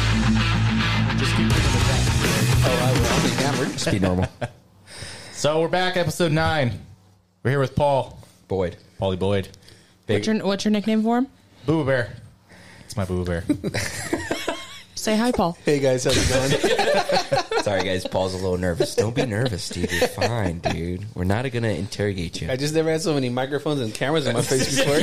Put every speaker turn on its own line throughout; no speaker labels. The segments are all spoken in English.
Just keep bringing it back.
Just be normal.
So we're back, episode nine. We're here with Paul,
Boyd.
Paulie Boyd,
Big
What's your, what's your nickname for him?
Boo Bear. It's my Boo Bear.
Say hi, Paul.
Hey guys, how's it going?
Sorry, guys. Paul's a little nervous. Don't be nervous, dude. You're fine, dude. We're not going to interrogate
I
you.
just never had so many microphones and cameras in my face before.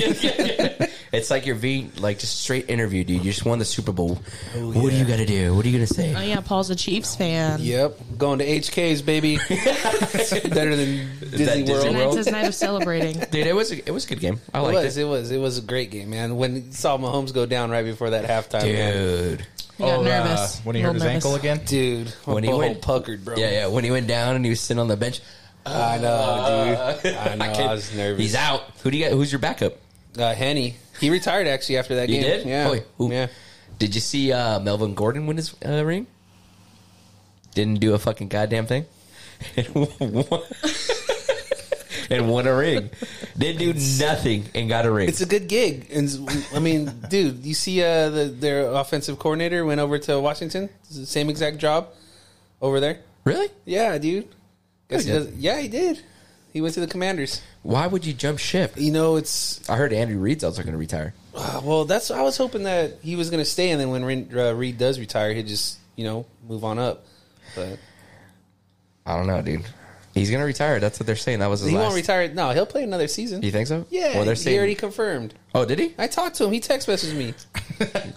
It's like your V, like just straight interview, dude. You just won the Super Bowl.
Oh,
What do you got to do? What are you going to
Oh
say?
yeah, Paul's a Chiefs fan.
yep, going to HK's baby. Better than Disney
Disney
World.
Tonight's his night of celebrating.
Dude, it was a, it was a good game. I
It
liked
was,
it.
it was, it was a great game, man. When you saw Mahomes go down right before that halftime, man.
Dude.
He got nervous.
Oh, uh, when he
A
hurt his
little nervous.
ankle again?
dude, my
When he
butthole
went-
puckered, bro.
Yeah, yeah. When he went down and he was sitting on the bench,
I know, dude. I know. I,
Uh, can't-
was nervous.
He's out. Who do you got? Who's your backup?
Uh, Henny, he retired actually after that
You
game.
did?
Yeah,
Holy- who-
yeah.
Did you see uh, Melvin Gordon win his uh, ring? Didn't do a fucking goddamn thing. And won, and won a ring. Didn't do nothing and got a ring.
It's a good gig, and I mean, dude, you see, uh, the, their offensive coordinator went over to Washington. It's the same exact job over there.
really?
Yeah, dude. Guess he
did.
does- yeah, he did. He went to the Commanders.
Why would you jump ship?
You know, it's
I heard Andrew Reid's also going to retire.
uh, well. That's I was hoping that he was going to stay, and then when Reed, uh, Reed does retire, he'd just you know move on up. But
I don't know, dude. He's going to retire. That's what they're saying. That was his
he
last.
won't retire. No, he'll play another season.
You think so?
Yeah,
Well, they're
he already
saying.
confirmed.
Oh, did he?
I talked to him. He text messaged me.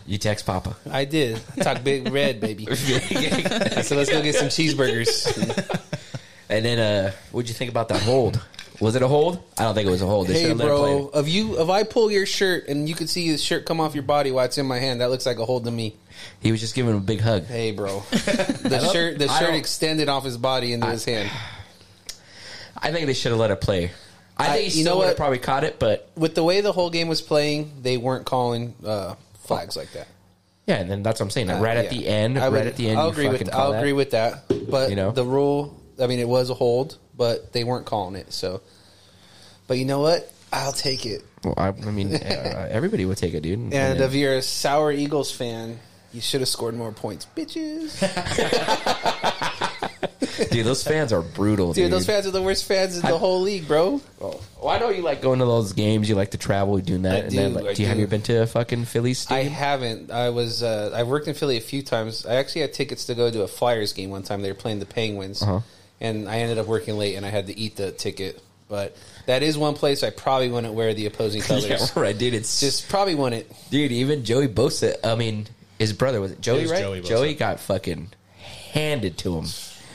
You text Papa.
I did talk big red baby. I said, let's go get some cheeseburgers.
And then, uh, what'd you think about that hold? Was it a hold? I don't think it was a hold. They
hey,
should've let it play.
bro, if you if I pull your shirt and you can see his shirt come off your body while it's in my hand, that looks like a hold to me.
He was just giving him a big hug.
Hey, bro, the shirt the
I
shirt
don't-
extended off his body into his hand.
I think they should have let it play. I,
I-
think he
you know
still would have
what?
probably caught it, but
With the way the whole game was playing, they weren't calling uh, flags like that.
yeah, and then that's what I'm saying. Like, right at
Uh, Yeah.
the end,
I
right
would-
at the end,
I'll
you
agree
fucking
with
call
I'll
that.
agree with that. But
You know?
the rule, I mean, it was a hold, but they weren't calling it. So, but you know what? I'll take it.
Well, I, I mean, uh, everybody would take it, dude. And,
And
then-
if you're a sour Eagles fan, you should have scored more points, bitches.
dude, those fans are brutal, dude.
Dude, those fans are the worst fans in the whole league, bro.
Why don't you like going to those games? You like to travel, you doing that,
I
and then
do,
like,
I
do you have
do.
you been to a fucking Phillies?
I
Stadium?
haven't. I was. Uh, I worked in Philly a few times. I actually had tickets to go to a Flyers game one time. They were playing the Penguins,
Uh-huh.
and I ended up working late, and I had to eat the ticket. But that is one place I probably wouldn't wear the opposing colors.
yeah, right, dude. It's just
Just probably wouldn't.
dude. Even Joey Bosa. I mean, his brother was it Joey,
It was
right?
Joey Bosa.
got fucking handed to him.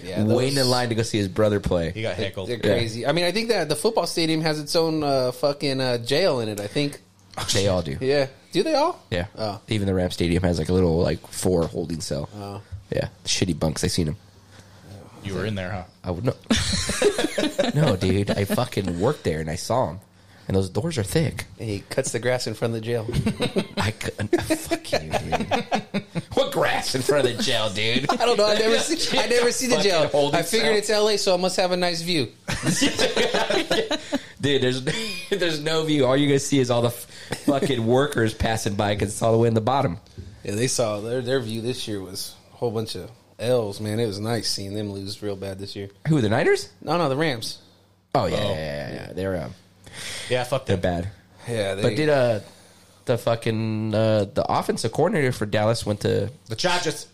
Yeah, that
waiting in
was-
line to go see his brother play.
He got heckled.
They're crazy. I mean, I think that the football stadium has its own uh, fucking uh, jail in it. I think.
They all do.
Yeah. Do they all?
Yeah.
Oh.
Even the Ram Stadium has like a little like four holding cell.
Oh.
Yeah. Shitty bunks. I seen them.
You were in there, huh?
I would no. no, dude. I fucking worked there and I saw them. And those doors are thick.
And he cuts the grass in front of the jail.
I couldn't.
uh,
fuck you, dude. what grass in front of the jail, dude?
I don't know. I never see. I never see the
Fucking
jail.
holding
I figured it's L.A., so it must have a nice view.
Dude, there's there's no view. All you're gonna see is all the f- fucking workers passing by because it's all the way in the bottom.
Yeah, they saw their their view this year was a whole bunch of L's, man. It was nice seeing them lose real bad this year.
Who the Niners?
No, no, the Rams.
Oh yeah,
Oh.
yeah, yeah, yeah. They're um,
Yeah, fuck
they're
that.
bad.
Yeah, they,
But did uh the fucking uh the offensive coordinator for Dallas went to
The Chargers.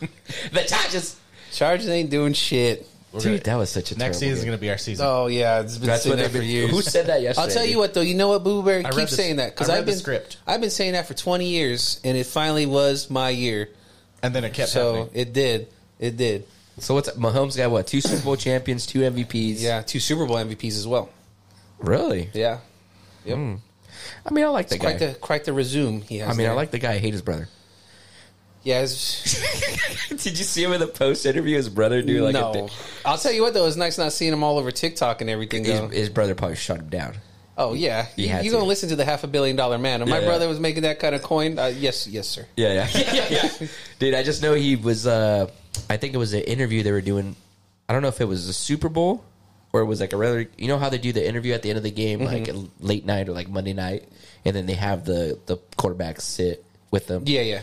the Chargers?
Chargers ain't doing shit.
We're
Dude,
gonna-
that was such a
next
terrible
season's
game.
going to be our season.
Oh yeah, it's been
That's
sitting
what
there
they've
for
been.
years.
Who said that yesterday?
I'll tell you
dude?
what though, you know what, Boo Bear
I read
keep
the-
saying that because
I read
I've
the
been
script.
I've been saying that for twenty years, and it finally was my year.
And then it kept
so
happening.
it did, it did.
So what's Mahomes got? What two Super Bowl champions, two MVPs?
Yeah, two Super Bowl MVPs as well.
really.
Yeah, yep.
I mean, I like the guy.
Quite the quite the resume he has.
I mean, I
there.
like the guy. I hate his brother.
Yeah, it's,
Did you see him in the post interview? His brother do like
no. I'll tell you what though, it's nice not seeing him all over TikTok and everything.
his,
Though.
his brother probably shut him down.
Oh yeah,
He
you,
had
you
to.
gonna listen to the half a billion dollar man? If my
Yeah.
brother was making that kind of coin, uh, yes, yes, sir.
Yeah, yeah, yeah, yeah. Dude, I just know he was. Uh, I think it was an interview they were doing. I don't know if it was the Super Bowl or where it was like a rather you know how they do the interview at the end of the game like at late night or like Monday night, and then they have the the quarterback sit with them.
Yeah, yeah.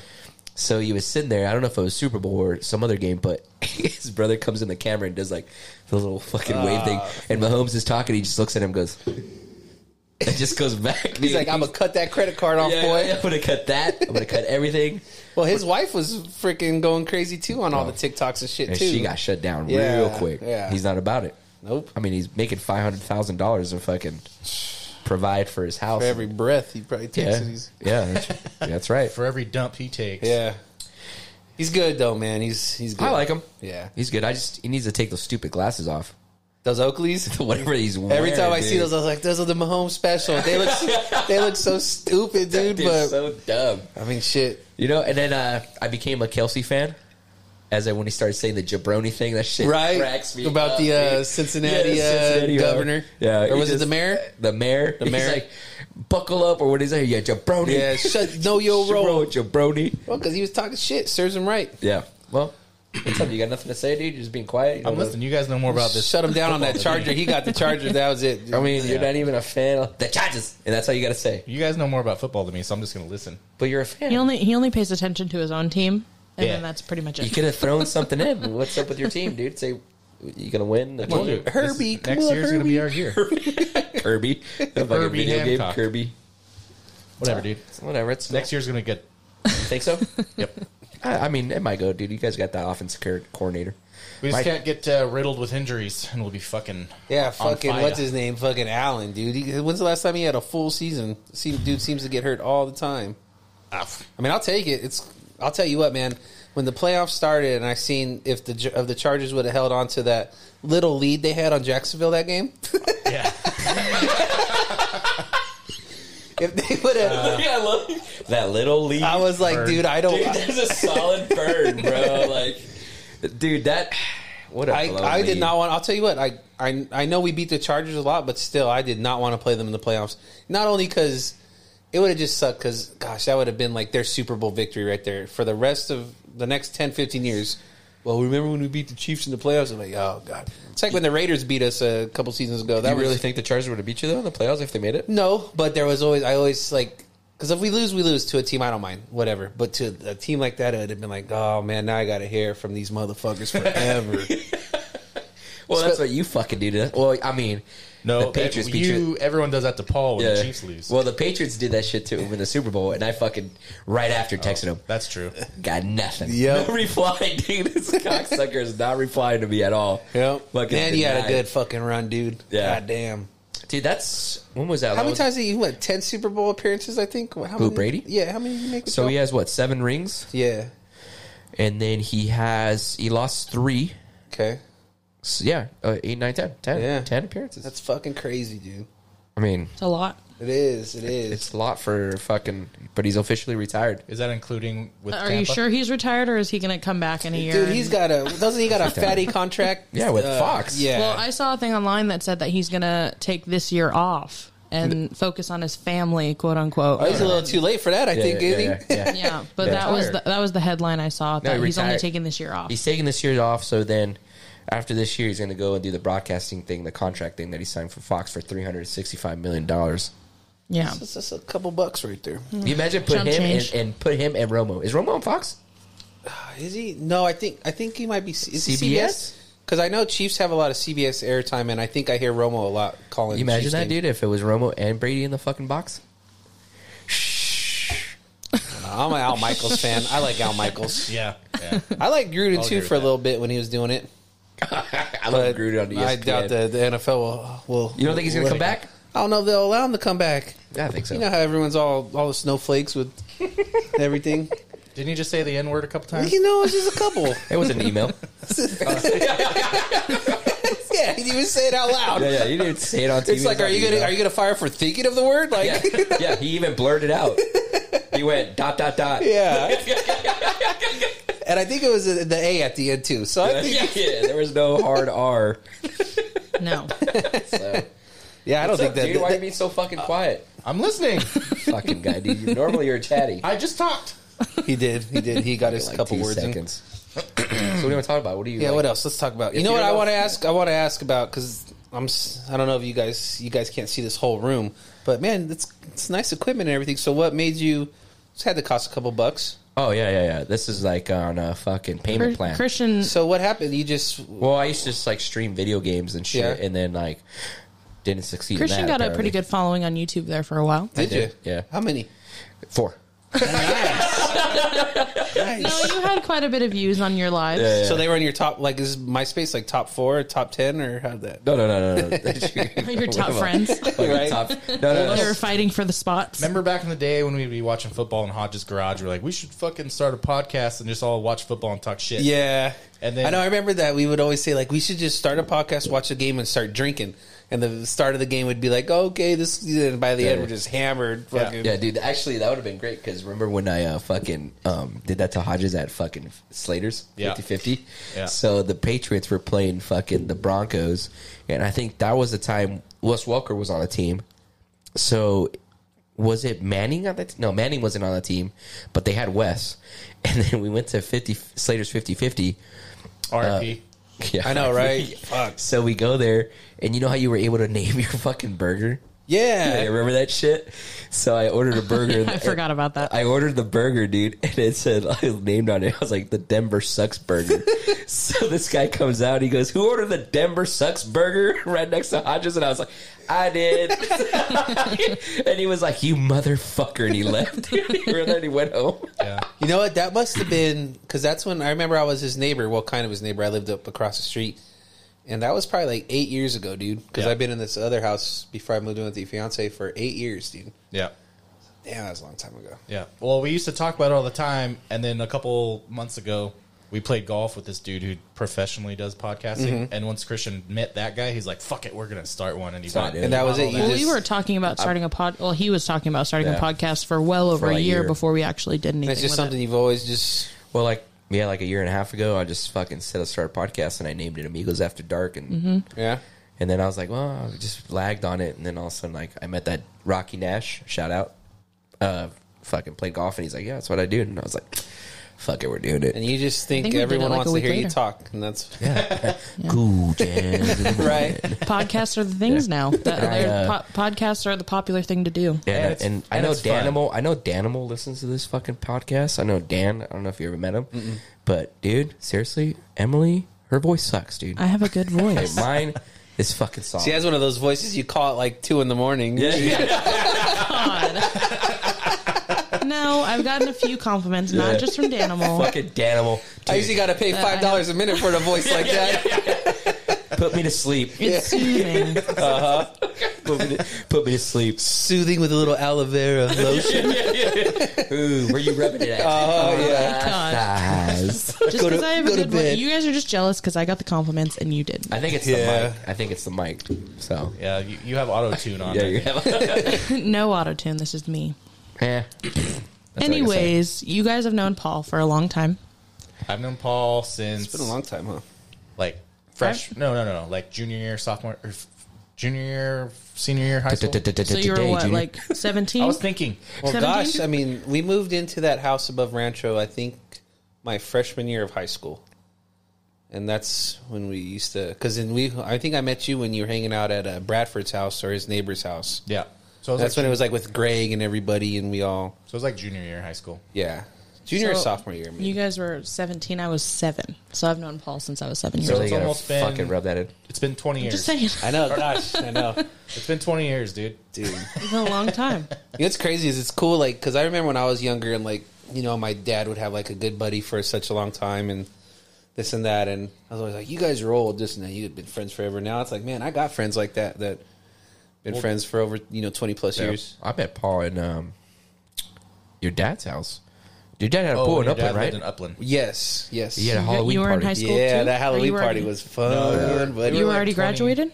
So he was sitting there. I don't know if it was Super Bowl or some other game, but his brother comes in the camera and does like the little fucking wave thing.
Ah.
And Mahomes is talking. He just looks at him, and goes, and just goes back.
He's like, I'm gonna cut that credit card off, boy.
I'm gonna cut that. I'm gonna cut everything.
Well, his wife was freaking going crazy too on all the TikToks and shit
And
too.
Oh. she got shut down
Yeah,
real quick.
yeah.
He's not about it.
nope.
I mean, he's making five hundred thousand dollars to fucking provide for his house.
For every breath he probably takes,
yeah,
yeah. he's
yeah, that's, that's right.
For every dump he takes.
yeah, he's good though, man. He's he's good.
I like him.
Yeah,
He's good. I just he needs to take those stupid glasses off.
those Oakleys.
Whatever he's wearing,
Every time I see
dude.
those, I was like, "Those are the Mahomes special." They look, they look so stupid, dude.
Dude,
But
so dumb.
I mean, shit.
You know, and then uh, I became a Kelsey fan. As I, when he started saying the jabroni thing, that shit
Right
cracks me
about
up,
the uh,
dude.
Cincinnati,
Yeah,
uh,
Cincinnati, uh,
governor.
yeah,
or
he
was it the
just-
mayor?
the mayor, the
mayor.
like, buckle up or what is that? Yeah, jabroni,
Yeah, shut no yo
Jabro-
roll.
jabroni.
Well, because he was talking shit, serves him right.
Yeah, well, what's up? You got nothing to say, dude? You're just being quiet. You
I'm
don't know-
listening. You guys know more about this.
Shut him down on that charger. He got the charger. That was it.
I mean, you're not even a fan. of The Chargers, and that's all you got to say.
You guys know more about football than me, so I'm just gonna listen.
But you're a fan.
He only he only pays attention to his own team, and
Yeah.
then that's pretty much
you
it.
could have thrown something in. What's up with your team, dude? Say you gonna win. I told you.
This-
Herbie, come
next
on,
year's gonna be our year.
Kirby. The fucking
Kirby
video game
Hancock.
Kirby.
Whatever, dude.
Whatever. It's
Next year's gonna be good.
You think so?
Yep.
I, I mean, it might go, dude. You guys got that offense cor- coordinator.
We just
Mike-
can't get uh, riddled with injuries, and we'll be fucking
Yeah,
on
fucking
fire.
what's his name? Fucking Allen, dude. He, when's the last time he had a full season? See, dude seems to get hurt all the time.
Ah,
I mean, I'll take it. It's I'll tell you what, man. When the playoffs started, and I seen if the Ch- of the Chargers would have held on to that little lead they had on Jacksonville that game,
yeah.
if they would have,
Uh,
yeah, I love that little lead.
I was like,
Burn.
dude, I don't.
dude, that's a solid burn, bro. Like, dude, that. What a
I,
blow
I did
lead.
not want. I'll tell you what. I, I I know we beat the Chargers a lot, but still, I did not want to play them in the playoffs. Not only because it would have just sucked. Because gosh, that would have been like their Super Bowl victory right there for the rest of the next 10, 15 years. Well, remember when we beat the Chiefs in the playoffs? I'm like, oh god, it's like when the Raiders beat us a couple seasons ago. That
You
was,
really think the Chargers would have beat you though in the playoffs if they made it?
no, but there was always I always like because if we lose, we lose to a team I don't mind, whatever. But to a team like that, it'd have been like, oh man, now I got to hear from these motherfuckers forever.
Well, that's what you fucking do. To, well, I mean,
No,
the Patriots
that-
beat you.
you. Everyone does that to Paul when the Chiefs lose.
Well, the Patriots did that shit to him in the Super Bowl, and I fucking right after texted him,
That's true.
got nothing.
Yep.
No reply, dude. This cocksucker is not replying to me at all.
Yep.
Fucking
Man, you had a
denied.
good fucking run, dude.
Yeah.
God damn.
Dude, that's when was that?
How
That
many
was-
times did you what? Ten Super Bowl appearances, I think. How many,
Brady?
Yeah. How many did you make? with
So
y'all?
he has what seven rings,
Yeah.
and then he has he lost three.
Okay.
So, yeah, uh, eight, nine, ten, ten,
Yeah.
ten appearances.
That's fucking crazy, dude.
I mean,
It's a lot.
It is. It is.
it's a lot for fucking, but he's officially retired.
Is that including with?
Are
Tampa?
you sure he's retired, or is he going to come back in a year?
dude,
and-
he's got a. Doesn't he got a fatty contract?
Yeah, with
Uh,
Fox.
Yeah.
Well, I saw a thing online that said that he's going to take this year off and focus on his family, quote unquote.
oh, he's a little too late for that, I think.
yeah,
isn't he?
yeah, yeah.
yeah, but
Yeah.
that was the,
Retired.
that was the headline I saw. That
he
he's only
retired.
taking this year off.
He's taking this year off, so then after this year, he's going to go and do the broadcasting thing, the contract thing that he signed for Fox for three hundred sixty-five million dollars.
yeah,
That's just a couple bucks right there.
You imagine put
Chump
him and,
change.
and put him and Romo. Is Romo on Fox?
Uh, Is he? No, I think I think he might be C- is he
CBS?
CBS. Because I know Chiefs have a lot of CBS airtime, and I think I hear Romo a lot calling.
You imagine
Chiefs
that,
games.
dude? If it was Romo and Brady in the fucking box,
I'm an Al Michaels fan. I like Al Michaels.
Yeah. yeah.
I like Gruden
I'll
too
agree with
for a
that.
little bit when he was doing it.
I love Gruden on E ESPN.
I doubt the, the NFL will, will.
You don't think he's going to
will-
come back?
I don't know if they'll allow him to come back.
Yeah, I think so.
You know how everyone's all all the snowflakes with everything.
Didn't you just say the N word a couple times?
you know, it's just a couple.
It was an email.
yeah, he didn't even say it out loud.
yeah, yeah. You didn't say it on TV.
It's like, are you gonna are you gonna fire for thinking of the word? Like,
Yeah, yeah. He even blurted out. He went dot dot dot.
yeah. and I think it was the A at the end too. So I think,
yeah, There was no hard R.
no,
So.
yeah, I don't think
What's up,
that.
dude? Why you being so fucking quiet?
I'm listening.
fucking guy, dude. You, normally you're chatty.
I just talked.
he did, he did, he got his
Like
couple
two
words in.
seconds. so what do you want to talk about? What do you?
Yeah,
like-
what else? Let's talk about. You
If
know what
you're
I
the-
want to ask? I want to ask about because I'm s- I don't know if you guys you guys can't see this whole room, but man, it's it's nice equipment and everything. So what made you? It's had to cost a couple bucks.
Oh yeah, yeah, yeah. This is like on a fucking payment
Chris-
plan.
Christian,
So what happened? You just
Well, I used to just like stream video games and shit,
Yeah.
and then like didn't succeed. in
Christian
that,
got a
apparently.
pretty good following on YouTube there for a while.
did,
did,
you?
yeah.
How many?
four.
No,
Nice.
you had quite a bit of views on your lives.
So they were in your top like is MySpace like top four, top ten, or how that?
No, no, no, no, no.
Your top
Whatever.
friends.
Fucking
Right.
top- No, no,
They were
no.
fighting for the spots.
Remember back in the day when we'd be watching football in Hodges' garage? We're like, we should fucking start a podcast and just all watch football and talk shit.
Yeah,
And then-
I know I remember that we would always say like we should just start a podcast, watch a game, and start drinking. And the start of the game would be like, okay, this. And by the end, we're just hammered. Fucking.
Yeah, dude. Actually, that would have been great because remember when I uh, fucking um, did that to Hodges at fucking Slater's
Yeah.
50 50?
Yeah.
So the Patriots were playing fucking the Broncos, and I think that was the time Wes Welker was on the team. So was it Manning on that? T- no, Manning wasn't on the team, but they had Wes, and then we went to 50 Slater's 50 50.
RIP.
Yeah,
I know, right? Fuck.
So we go there, and you know how you were able to name your fucking burger?
Yeah.
I remember that shit. So I ordered a burger.
I forgot about that.
I ordered the burger, dude, and it said I named on it. I was like the Denver sucks burger. so this guy comes out, he goes, "Who ordered the Denver sucks burger?" Right next to Hodges, and I was like, "I did." and he was like, "You motherfucker!" And he left. Dude, he ran there and he went home.
Yeah.
You know what? That must have been because that's when I remember I was his neighbor. Well, kind of his neighbor. I lived up across the street, and that was probably like eight years ago, dude. Because
Yeah.
I've been in this other house before I moved in with the fiance for eight years, dude.
Yeah.
Damn, that was a long time ago.
Yeah. Well, we used to talk about it all the time, and then a couple months ago, we played golf with this dude who professionally does podcasting.
Mm-hmm.
And once Christian met that guy, he's like, "Fuck it, we're gonna start one." And he
Sorry,
bought
dude.
it.
And that was it. You
well,
just,
we were talking about starting a pod. Well, he was talking about starting
Yeah.
a podcast for well over
For like
a
a
year,
year.
before we actually did anything.
It's just
with
something
It.
you've always just.
Well, like yeah, like a year and a half ago, I just fucking said I start a podcast, and I named it Amigos After Dark, and
Mm-hmm.
Yeah.
And then I was like, well, I just lagged on it. And then all of a sudden, like, I met that Rocky Nash, shout out, uh, fucking played golf. And he's like, yeah, that's what I do. And I was like, fuck it, we're doing it.
And you just think,
think we did it,
everyone
like, a
wants to
week
hear you
later.
talk, and that's
cool, Jen.
right.
Podcasts are the things now. That,
I,
they're-
uh,
po- podcasts are the popular thing to do.
And,
it's-
and I
and
know
it's fun.
Danimal. I know Danimal listens to this fucking podcast. I know Dan. I don't know if you ever met him, but dude, seriously, Emily, her voice sucks, dude.
I have a good
Hey,
voice.
mine is fucking soft.
She has one of those voices you call at like two in the morning.
Yeah, yeah.
God. no, I've gotten a few compliments,
Yeah.
not just from Danimal.
fucking Danimal.
I usually got to pay five dollars a minute for a voice like that.
Put me to sleep.
It's soothing.
Put me to, put me to sleep.
Soothing with a little aloe vera lotion.
Ooh, where you rubbing it at?
Uh-huh,
Uh-huh.
Oh yeah.
God.
Thighs.
Just
Go to-
because I have a
go to
good voice.
bed.
You guys are just jealous because I got the compliments and you didn't.
I think it's
Yeah.
the mic. I think it's the mic. So
Yeah, you, you have auto tune on.
yeah,
it.
you have.
no auto tune. This is me.
yeah. That's all I can say.
Anyways, you guys have known Paul for a long time.
I've known Paul since
It's been a long time, huh?
like fresh. No, no, no, no. Like junior year, sophomore, or f- junior year, senior year, high school.
So you were
Today,
what,
Junior.
like seventeen?
I was thinking.
Well,
17?
gosh, I mean, we moved into that house above Rancho. I think my freshman year of high school, and that's when we used to. Because then we, I think I met you when you were hanging out at uh, Bradford's house or his neighbor's house.
Yeah. So I was
That's
like,
when it was like with Greg and everybody, and we all,
So it was like junior year, high school.
yeah, junior or
So,
sophomore year. Maybe.
You guys were 17. I was seven. So I've known Paul since I was seven years
Really
it's
old.
gotta
almost been-
fucking rub that in.
It's been twenty years.
Just saying.
I know, gosh, I know,
It's been twenty years, dude.
dude.
It's been a long time.
You know what's crazy is it's cool, like, because I remember when I was younger and, like, you know, my dad would have, like, a good buddy for such a long time and this and that. And I was always like, you guys are old, this and that. You've been friends forever. Now it's like, man, I got friends like that that been friends for over, you know, 20 plus years.
I met Paul in um, your dad's house. Your dad had a
Oh,
pool in
your dad
Upland,
lived
right?
In Upland.
Yes, yes.
He had a
You-
Halloween
you were in
party.
high school
yeah,
too? Or
that Halloween
you were
party
already-
was fun, buddy.
You
like
were already
20.
graduated?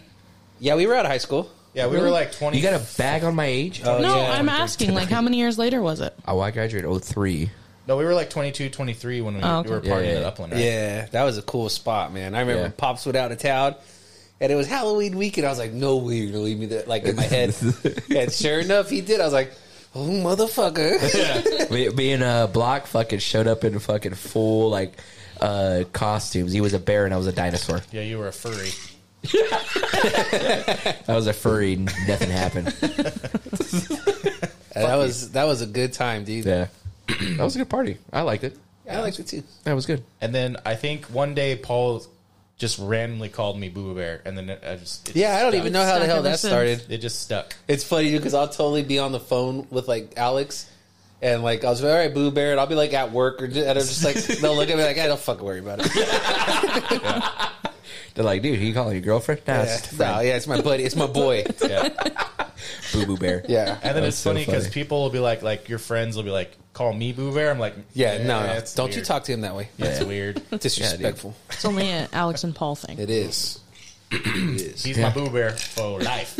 yeah, we were out of high school.
Yeah, we were
Really?
like twenty. Uh,
You got a bag on my age?
no,
yeah.
I'm asking, like, how many years later was it?
oh, I graduated 03.
no, we were like 22, 23 when we,
Oh, okay.
we were partying
Yeah, yeah,
at
yeah.
Upland. Right?
Yeah, that was a cool spot, man. I remember
Yeah.
Pops went out of town, and it was Halloween weekend. I was like, "No way, you're gonna leave me there!" Like in my head. and sure enough, he did. I was like, "Oh, motherfucker!"
Me, me and uh, Block fucking showed up in fucking full like uh, costumes. He was a bear and I was a dinosaur.
Yeah, you were a furry.
I was a furry, and nothing happened.
that was that was a good time, dude.
Yeah, that was a good party. I liked it.
I liked it too.
That was good.
And then I think one day Paul just randomly called me Boo Boo Bear, and then it, I just it
Yeah, I don't
stuck.
even know how the
Stuck
hell
ever
that
since.
started.
It just stuck.
It's funny dude, because I'll totally be on the phone with like Alex, and like I was like, all right, Boo Bear, and I'll be like at work, or just, and I'm just like they'll look at me like, I don't fucking worry about it.
They're like, dude, you calling your girlfriend? Nah,
Yeah.
it's just
No, yeah, it's my buddy, it's my boy.
Yeah.
Boo Boo Bear.
Yeah,
And then
That's
it's
so
funny because
funny.
people will be like, like your friends will be like, call me Boo Bear. I'm like,
yeah. no, no.
that's
don't you
weird.
talk to him that way.
That's weird.
Disrespectful.
It's only an Alex and Paul thing.
it is. It is.
He's
Yeah.
my Boo Bear for life.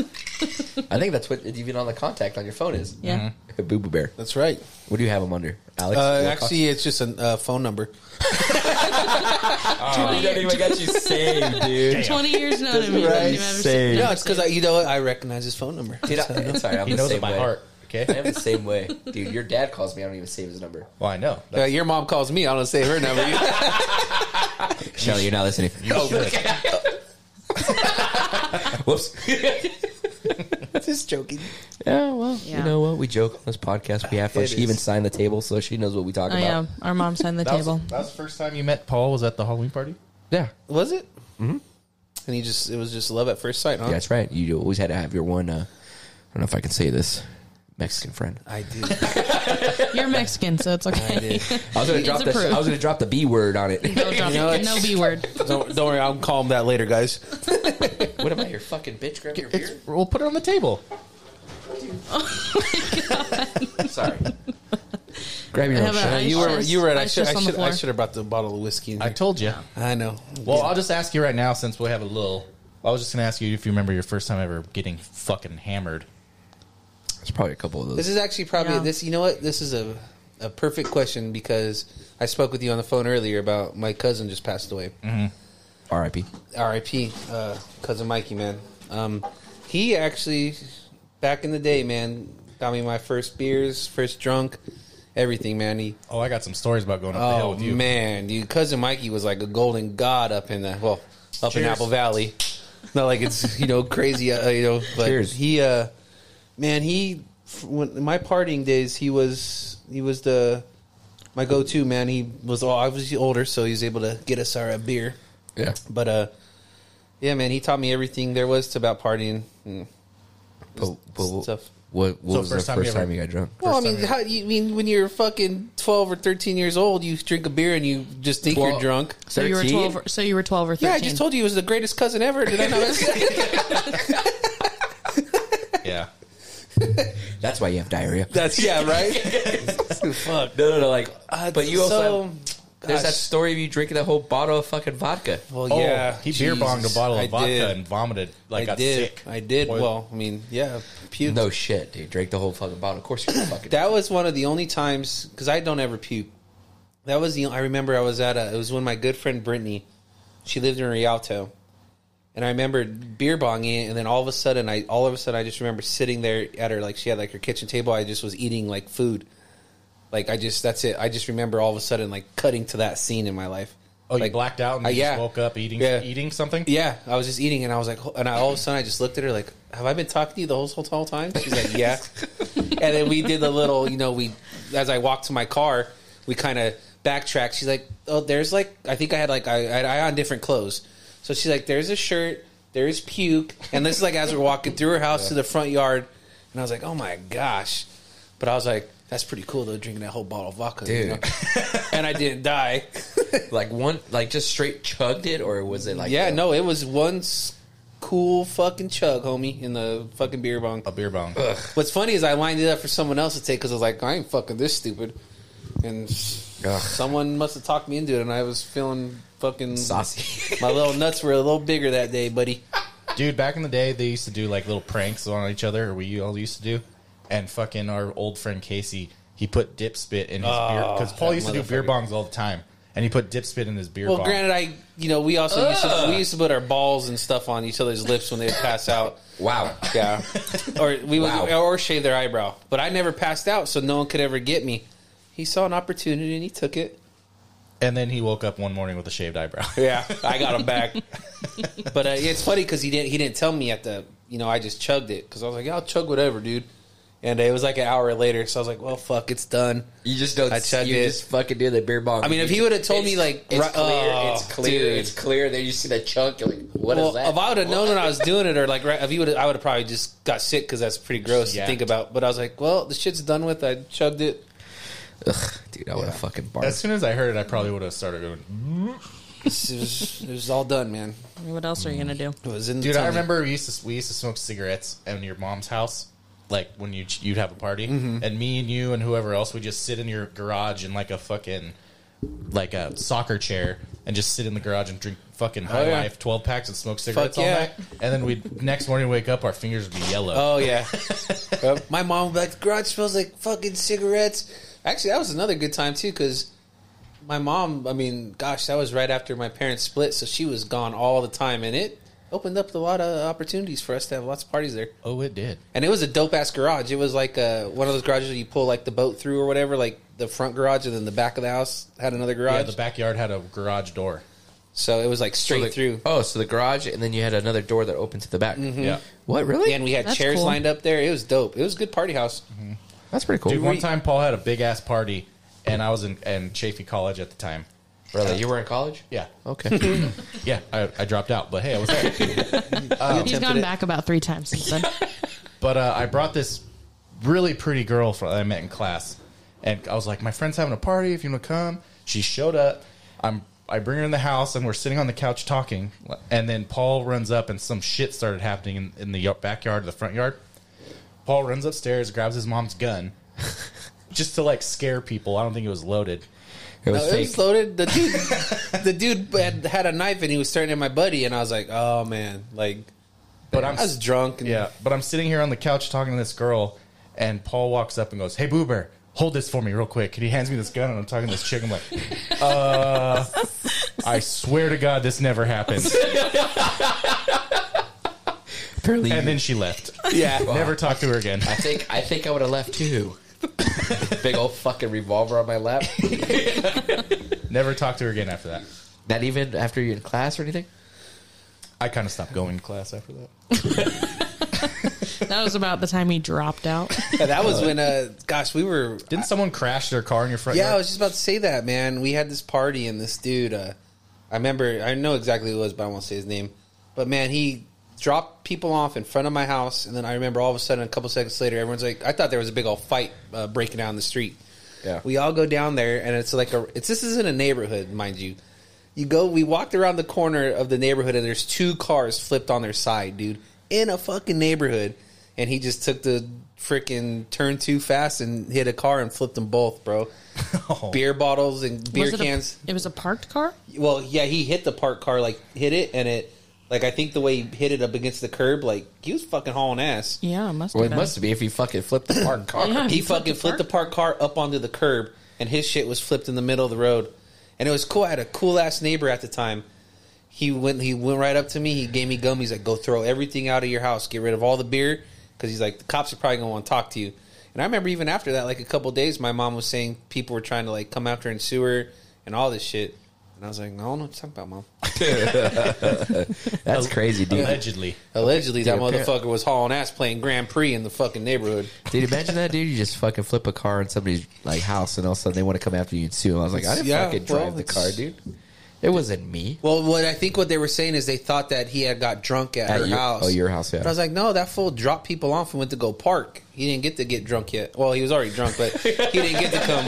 I think that's what even on the contact on your phone is.
Yeah.
Boo Boo Bear.
That's right.
What do you have him under, Alex?
Uh,
Wilcox?
actually, it's just a uh, phone number.
Oh, you don't even got you saved, dude.
Damn.
20 years known him.
Right.
Same.
No, it's because you know what? I recognize his phone number.
Dude, I, am sorry, I'm
He
the
knows
same
it by
way.
heart.
I
Okay.
am the same way, dude. Your dad calls me. I don't even save his number.
Well, I know.
Uh, your mom calls me. I don't say her number.
Shelly, you're not listening. Whoops.
just joking.
Yeah, well, you
Yeah.
know what? We joke on this podcast. We have fun.
It
She
is.
even signed the table, so she knows what we talk
Oh,
about.
yeah. Our mom signed the
That was,
table.
that was the first time you met Paul. Was at the Halloween party.
Yeah.
Was it? Mm-hmm. And he just—it was just love at first sight, huh?
Yeah, that's right. You always had to have your one. Uh, I don't know if I can say this. Mexican friend.
I did.
You're Mexican, so it's
I
okay.
did.
I was gonna drop the.
approved.
I was gonna drop the B word on it.
No, drop-
know, it's-
no B word.
Don't, don't worry. I'll calm that later, guys.
what am I, your fucking bitch? Grab your
It's, we'll put it on the table.
Sorry. Grab your
I
own
have a-
shit.
Uh, You were.
Ice
You were right. I
chest-
should. I
ice chest on the
should. I
floor.
should have brought the bottle of whiskey. In
I
here.
told you.
I know.
Well, I'll just ask you right now since we have a little. I was just gonna ask you if you remember your first time ever getting fucking hammered.
There's probably a couple of those.
This is actually probably
Yeah.
this. You know what? This is a a perfect question because I spoke with you on the phone earlier about my cousin just passed away.
R.I.P.
R.I.P. Uh, cousin Mikey, man. Um, he actually back in the day, man, got me my first beers, first drunk, everything, man. He
Oh, I got some stories about going up the hill
oh
with you.
man, dude, cousin Mikey was like a golden god up in the well, up in
Cheers.
Apple Valley. Not like it's you know crazy, uh, you know. But
Cheers.
he, uh, man, he when my partying days, he was he was the my go to man. He was all obviously older, so he was able to get us our uh, beer.
Yeah.
But uh, yeah, man, he taught me everything there was to about partying. Mm.
But, but what,
Stuff.
what, what
So
was the
first time you
first
ever-
time you got drunk?
Well, I
First
mean,
time
how, you mean when you're fucking twelve or thirteen years old, you drink a beer and you just think you're
Well,
drunk.
So you were
13?
12. Or, so you were 12 or 13.
Yeah, I just told you he was the greatest cousin ever. Did I not?
Yeah.
That's why you have diarrhea.
That's yeah, right. Fuck.
No, no, no. Like,
Uh,
but you also
so-
have, there's that
gosh.
story of you drinking a whole bottle of fucking vodka.
Well,
Oh,
yeah.
he beer bonged a
Jesus.
bottle of
I
vodka
did.
and vomited. Like
I
got
did.
sick.
I did.
Boy-
Well, I mean, yeah. Puke.
No shit, dude. Drank the whole fucking bottle. Of course, you fucking.
That was one of the only times because I don't ever puke. That was the I remember I was at a it was when my good friend Brittany, she lived in Rialto, and I remember beer bonging it, and then all of a sudden I all of a sudden I just remember sitting there at her like she had like her kitchen table. I just was eating like food, like I just that's it. I just remember all of a sudden like cutting to that scene in my life.
Oh, you
like,
blacked out and
Uh,
you
yeah.
just woke up eating
Yeah.
eating something.
Yeah, I was just eating, and I was like, and I, all of a sudden I just looked at her like, "Have I been talking to you the whole whole, whole time?" She's like, "Yeah." and then we did the little, you know, we as I walked to my car, we kind of backtracked. She's like, "Oh, there's like, I think I had like, I, I, I on different clothes." So she's like, "There's a shirt, there's puke," and this is like as we're walking through her house to the front yard, and I was like, "Oh my gosh," but I was like. That's pretty cool though, drinking that whole bottle of vodka, you
Dude.
know? and I didn't die.
like one, like just straight chugged it, or was it like?
Yeah,
the-
no, it was one s- cool fucking chug, homie, in the fucking beer bong.
A
Uh,
beer bong.
What's funny is I lined it up for someone else to take because I was like, I ain't fucking this stupid. And
Ugh.
someone must have talked me into it, and I was feeling fucking
saucy.
My little nuts were a little bigger that day, buddy.
Dude, back in the day, they used to do like little pranks on each other, or we all used to do. And fucking our old friend Casey, he put dip spit in his beer because Paul
Ah, that
used to do beer
motherfucker.
bongs all the time, and he put dip spit in his beer.
Well,
bong.
granted, I you know we also used to, we used to put our balls and stuff on each other's lips when they would pass out.
Wow.
Yeah, or we would,
Wow.
or shave their eyebrow. But I never passed out, so no one could ever get me. He saw an opportunity and he took it.
And then he woke up one morning with a shaved eyebrow.
Yeah, I got him back. but uh, it's funny because he didn't he didn't tell me at the you know I just chugged it because I was like I'll chug whatever, dude. And it was like an hour later, so I was like, well, fuck, it's done.
You just don't.
I chugged
you
it.
just fucking do the beer bong.
I mean, if he would've told me,
It's-
like,
it's
right-
clear,
oh,
it's clear,
dude.
it's clear. Then you see that chunk. You're like, what is
well,
that?
if I would have known when I was doing it, or like right, if he would, I would have probably just got sick because that's pretty gross
Yeah.
to think about. But I was like, well, the shit's done with. I chugged it.
Ugh, dude, I would have fucking barfed.
As soon as I heard it, I probably would have started going.
It was, it was all done, man.
What else are you gonna do?
It was in the
Dude, I
tummy.
remember we used to we used to smoke cigarettes in your mom's house, like when you you'd have a party, and me and you and whoever else would just sit in your garage in like a fucking like a soccer chair and just sit in the garage and drink fucking high
yeah.
life twelve packs and smoke cigarettes
yeah.
all night, and then we would next morning wake up our fingers would be yellow.
Oh yeah. Yep. My mom would be like, the garage smells like fucking cigarettes. Actually, that was another good time too because my mom. I mean, gosh, that was right after my parents split, so she was gone all the time, and it opened up a lot of opportunities for us to have lots of parties there.
oh it did.
And it was a dope ass garage. It was like uh one of those garages that you pull like the boat through or whatever, like the front garage, and then the back of the house had another garage.
Yeah, the backyard had a garage door.
so it was like straight
the-
through.
Oh, so the garage, and then you had another door that opened to the back.
Yeah.
What really?
And we had
That's
chairs
cool.
lined up there. It was dope. It was a good party house.
That's pretty cool.
Dude, one
We-
time Paul had a big ass party, and I was in in Chafee College at the time.
really, you were in college?
Yeah,
Okay.
yeah, I, I dropped out, but hey, I was there.
He's
Attempted
gone
it.
back about three times since then.
But uh, I brought this really pretty girl fr- that I met in class, and I was like, "My friend's having a party. If you want to come," she showed up. I'm I bring her in the house, and we're sitting on the couch talking. And then Paul runs up, and some shit started happening in, in the y- backyard, the front yard. Paul runs upstairs, grabs his mom's gun, just to like scare people. I don't think it was loaded.
It was
No, it
fake.
was loaded. The dude, the dude had, had a knife and he was starting at my buddy, and I was like, "Oh man!" Like,
But
i
I'm
was drunk. And
Yeah, but I'm sitting here on the couch talking to this girl, and Paul walks up and goes, "Hey, Boober, hold this for me real quick." And he hands me this gun, and I'm talking to this chick. I'm like, "Uh, I swear to God, this never happened."
Apparently,
And
you-
then she left.
yeah.
Never talked to her again.
I think I think I would have left too. Big old fucking revolver on my lap.
Never talked to her again after that.
Not even after you're in class or anything.
I kind of stopped going to class after that.
that was about the time he dropped out.
Yeah, that was when. Uh, gosh, we were.
Didn't someone crash their car in your front
Yeah, I
yard?
was just about to say that, man. We had this party, and this dude. Uh, I remember. I know exactly who it was, but I won't say his name. But man, he dropped people off in front of my house, and then I remember all of a sudden, a couple seconds later, everyone's like, "I thought there was a big old fight uh, breaking out in the street."
Yeah.
We all go down there, and it's like a. It's this is in a neighborhood, mind you. You go. We walked around the corner of the neighborhood, and there's two cars flipped on their side, dude, in a fucking neighborhood. And he just took the freaking turn too fast and hit a car and flipped them both, bro. Beer bottles and beer
Was it a-
cans.
it was a parked car.
Well, yeah, he hit the parked car, like hit it, and it, like I think the way he hit it up against the curb, like he was fucking hauling ass.
Yeah, it must.
Well, it
have been.
must be if you fucking flipped the parked car.
Yeah.
he,
He flipped
fucking
the
flipped the parked car up onto the curb, and his shit was flipped in the middle of the road. And it was cool. I had a cool ass neighbor at the time. He went. He went right up to me. He gave me gum. He's like, "Go throw everything out of your house. Get rid of all the beer." Because he's like, the cops are probably gonna want to talk to you. And I remember even after that, like a couple days, my mom was saying people were trying to like come after and sue her and all this shit. And I was like, "No, I don't know what you're talking about, mom."
That's crazy, dude.
Allegedly.
Allegedly, that
Dude, apparent-
motherfucker was hauling ass playing Grand Prix in the fucking neighborhood.
Dude, imagine that, dude. You just fucking flip a car in somebody's like house, and all of a sudden they want to come after you and sue. I was like, I didn't
Yeah,
fucking
well,
drive the
it's-
car, dude. It wasn't me.
Well, what I think what they were saying is they thought that he had got drunk at,
At
her
your-
house.
oh, your house, yeah.
But I was like, no, that fool dropped people off and went to go park. He didn't get to get drunk yet. Well, he was already drunk, but he didn't get to come.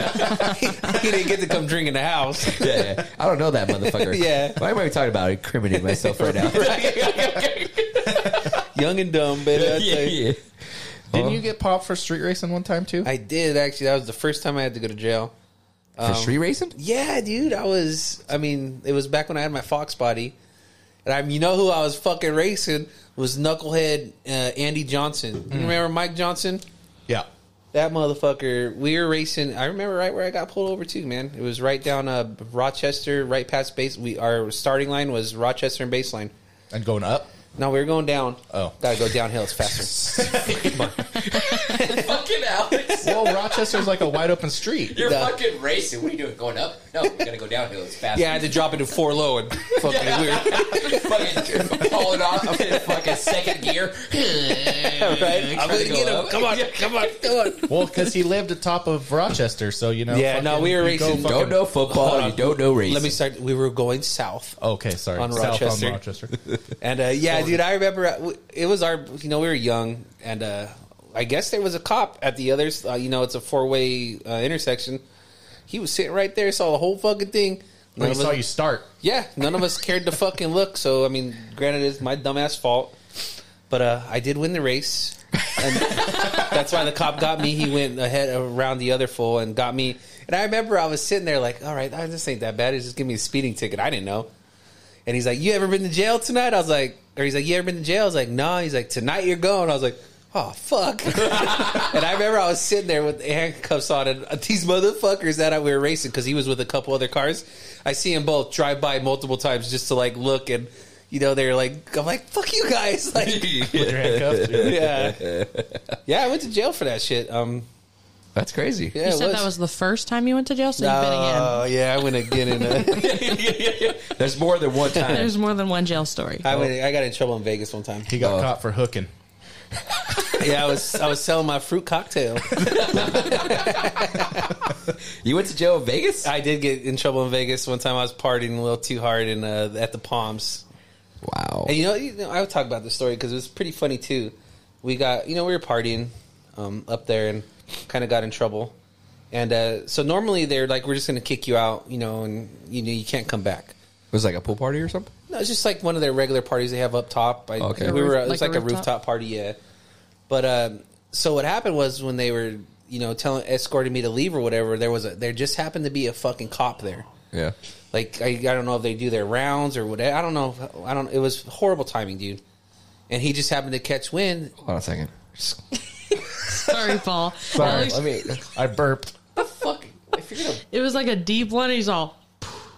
He, didn't get to come drink in the house.
Yeah, yeah. I don't know that motherfucker.
Yeah.
Why am I talking about incriminating myself right now?
Young and dumb, but I,
yeah, yeah.
Didn't you get popped for street racing one time too?
I did actually. That was the first time I had to go to jail.
For street racing?
Yeah, dude. I was. I mean, it was back when I had my fox body, and I, you know who I was fucking racing was knucklehead uh, Andy Johnson. You remember Mike Johnson?
yeah.
That motherfucker. We were racing. I remember right where I got pulled over too, man. It was right down uh, Rochester, right past base. We our starting line was Rochester and baseline.
And going up.
No, we were going down.
Oh.
gotta go downhill. It's faster.
Fucking Alex.
Well, Rochester's like a wide open street.
You're
No.
fucking racing. What are you doing? Going up? No, we're gonna go downhill. It's fast.
Yeah, I had to drop it to four low and fucking weird.
fucking falling off I'm in fucking second gear.
Right? I'm
Trying
gonna
to go
get him.
up.
Come on, come on, come on.
Well, because he lived atop of Rochester, so you know.
Yeah, no, we were
you go
racing.
fucking-
Don't know football. You don't know racing.
Let me start. We were going south,
Okay, sorry.
On
South
Rochester.
on Rochester.
and uh, yeah, dude, I remember uh, w- it was our. You know, we were young, and uh, I guess there was a cop at the others. Uh, you know, it's a four way uh, intersection. He was sitting right there, saw the whole fucking thing. None
when he
of
saw
us-
you start.
Yeah, none of us cared to fucking look. So I mean, granted, it's my dumbass fault, but uh, I did win the race, and that's why the cop got me. He went ahead around the other fool and got me. And I remember I was sitting there like, all right, I just ain't that bad. He's just give me a speeding ticket. I didn't know. And he's like, you ever been to jail tonight? I was like, or he's like, you ever been to jail? I was like, no. He's like, tonight you're going. I was like. Oh fuck! and I remember I was sitting there with handcuffs on, and uh, these motherfuckers that I, we were racing because he was with a couple other cars. I see them both drive by multiple times just to like look, and you know they're like, I'm like, fuck you guys, like,
With your handcuffs.
yeah, yeah. I went to jail for that shit. Um,
That's crazy.
yeah,
You
it
said that was the first time you went to jail, so you've been again.
Oh yeah, I went again in. A,
There's more than one time.
There's more than one jail story.
I went. I got in trouble in Vegas one time.
He got
Oh.
caught for hooking.
Yeah, I was. I was selling my fruit cocktail.
you went to jail in Vegas?
I did get in trouble in Vegas one time. I was partying a little too hard in uh, at the Palms.
Wow.
And you know, you know I would talk about this story because it was pretty funny too. We got, you know, we were partying um, up there and kind of got in trouble. And uh, so normally they're like, we're just going to kick you out, you know, and you know you can't come back.
It was like a pool party or something?
No, it's just like one of their regular parties they have up top. I,
Okay.
we were it was
Like a
like a
rooftop?
rooftop party, yeah. But um, so what happened was when they were, you know, telling escorting me to leave or whatever, there was a there just happened to be a fucking cop there
Yeah.
like I, I don't know if they do their rounds or whatever. I don't know. I don't. It was horrible timing, dude. And he just happened to catch wind.
Hold on a second.
Sorry, Paul.
Sorry,
Alex-
let me. I burped.
Fuck. If you're gonna
It was like a deep one. He's all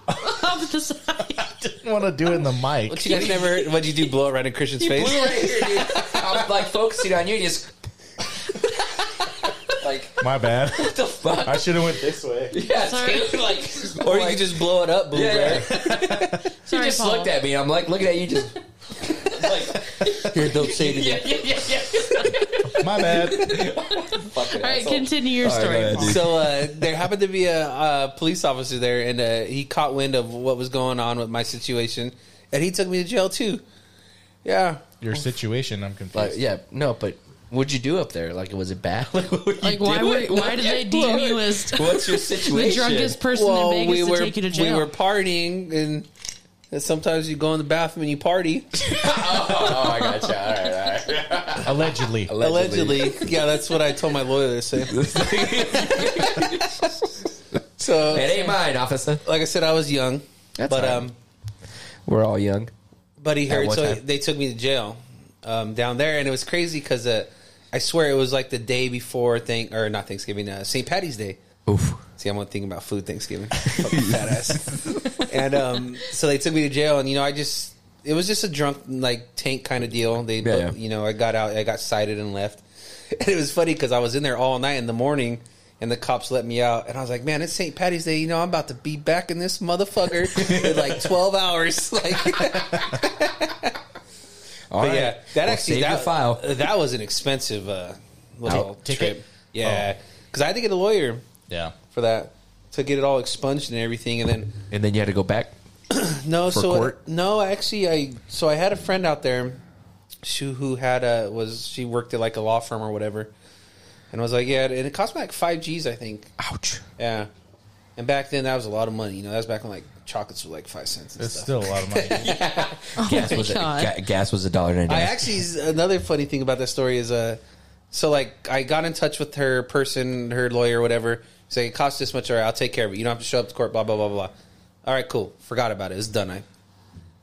up the side.
Didn't want to do it in the mic.
What you guys never? What'd you do? Blow it right in Christian's face?
right here, dude. I'm like focusing on you, you just like
My bad.
what the fuck?
I should have went this way.
Yeah,
Sorry.
dude, like
Or you
like-
could just blow it up, blue
yeah,
bear.
yeah.
Sorry,
just
Paul.
looked at me. I'm like looking at you, just like
Here, don't say it
yeah,
again.
yeah, yeah, yeah.
My bad.
Fucking
All right,
asshole.
continue your
Sorry, go
story.
ahead,
Paul.
dude.
So uh, there happened to be a uh, police officer there, and uh, he caught wind of what was going on with my situation, and he took me to jail too. Yeah,
Your situation, I'm confused.
Like, yeah, no, but what'd you do up there? Like, was it bad? Like, what were you
Like, why
doing?
were- why did they deem you as-
What's your
the
situation?
drunkest person in Vegas to take you to jail.
we were partying, and, and sometimes you go in the bathroom and you party.
oh, I gotcha. All right, all right.
Allegedly.
Allegedly. yeah, that's what I told my lawyer to say. so,
It ain't mine, officer.
like I said, I was young,
That's
but
all right.
um,
We're all young.
but he
At
heard,
what
so
time?
they took me to jail um, down there, and it was crazy because uh, I swear it was like the day before thing or not Thanksgiving, uh, St. Patty's Day.
Oof.
See, I'm not thinking about food Thanksgiving. Fucking badass. and um, so they took me to jail, and you know, I just it was just a drunk like tank kind of deal. They,
Yeah, yeah.
you know, I got out, I got cited and left. And it was funny because I was in there all night in the morning. And the cops let me out, and I was like, "Man, it's St. Patty's Day. You know, I'm about to be back in this motherfucker in like 12 hours." Like,
All
But
right.
yeah, that
Well,
actually
save
that
your file.
that was an expensive uh, little
Out- Oh.
ticket?
trip. Yeah, because I had to get a lawyer
Yeah.
for that to get it all expunged and everything, and then
And then you had to go back.
no,
for
so
court?
no, actually, I so I had a friend out there, she who had a was she worked at like a law firm or whatever, and I was like, yeah, and it cost me like five G's, I think,
Ouch.
yeah, and back then that was a lot of money, you know, that was back when like chocolates were like five cents. And
It's
stuff.
still a lot of money.
Oh
Gas
my
was, a,
God.
ga- gas was a dollar ninety.
I actually another funny thing about that story is uh so like I got in touch with her person, her lawyer, whatever. Say it costs this much, or I'll take care of it. You don't have to show up to court. Blah blah blah blah. All right, cool. Forgot about it. It's done. I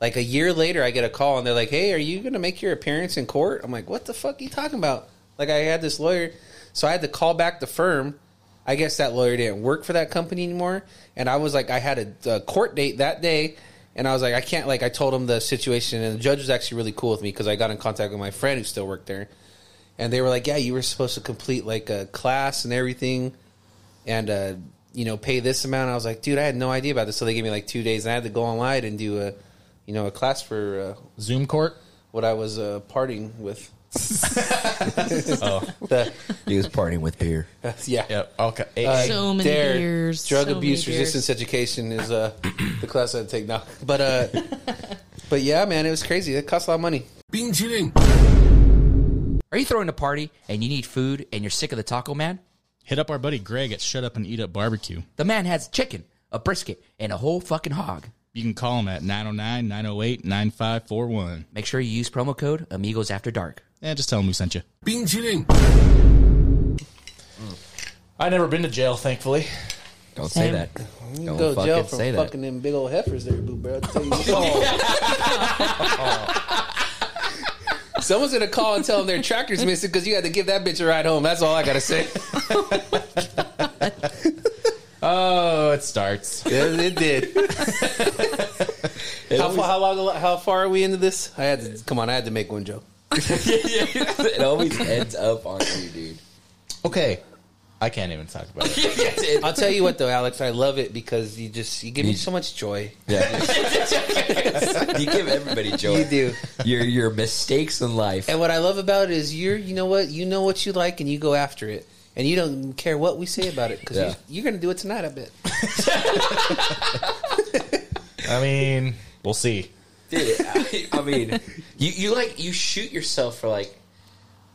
like a year later, I get a call and they're like, "Hey, are you going to make your appearance in court?" I'm like, "What the fuck are you talking about?" Like I had this lawyer, so I had to call back the firm. I guess that lawyer didn't work for that company anymore, and I was like, I had a, a court date that day, and I was like, I can't. Like I told him the situation, and the judge was actually really cool with me because I got in contact with my friend who still worked there, and they were like, "Yeah, you were supposed to complete like a class and everything, and uh, you know, pay this amount." I was like, "Dude, I had no idea about this." So they gave me like two days, and I had to go online and do a, you know, a class for uh,
Zoom court.
what I was uh, partying with.
Oh,
The, uh,
He was partying with beer.
yeah.
yep. Okay.
Uh,
So many beers,
Drug
so many
abuse
beers.
resistance education is uh, the class I take now. But uh, but yeah, man, it was crazy. It cost a lot of money.
Bean cheating.
Are you throwing a party and you need food and you're sick of the taco man?
Hit up our buddy Greg at Shut Up and Eat Up Barbecue.
The man has chicken, a brisket, and a whole fucking hog.
You can call him at 909 908 9541.
Make sure you use promo code Amigos After Dark.
And just tell him we sent you.
Bean cheating.
I never been to jail, thankfully.
Don't
Same.
say that.
You
Don't
go to
fucking
jail for
say that.
fucking them big old heifers there, boo, bro. I'll tell you what. Someone's gonna call and tell them their tractor's missing because you had to give that bitch a ride home. That's all I gotta say.
Oh, it starts.
Yes, it did. how, fa- how long? How far are we into this? I had to come on. I had to make one joke.
it always ends up on you, dude.
Okay. I can't even talk about it.
I'll tell you what though, Alex. I love it because you just you give me so much joy.
Yeah. you give everybody joy.
You do.
Your your mistakes in life.
And what I love about it is you're, you know what, you know what you like, and you go after it, and you don't care what we say about it because
Yeah.
you, are going to do it tonight. I bet.
I mean, we'll see.
Dude, I, I mean, you, you like you shoot yourself for like.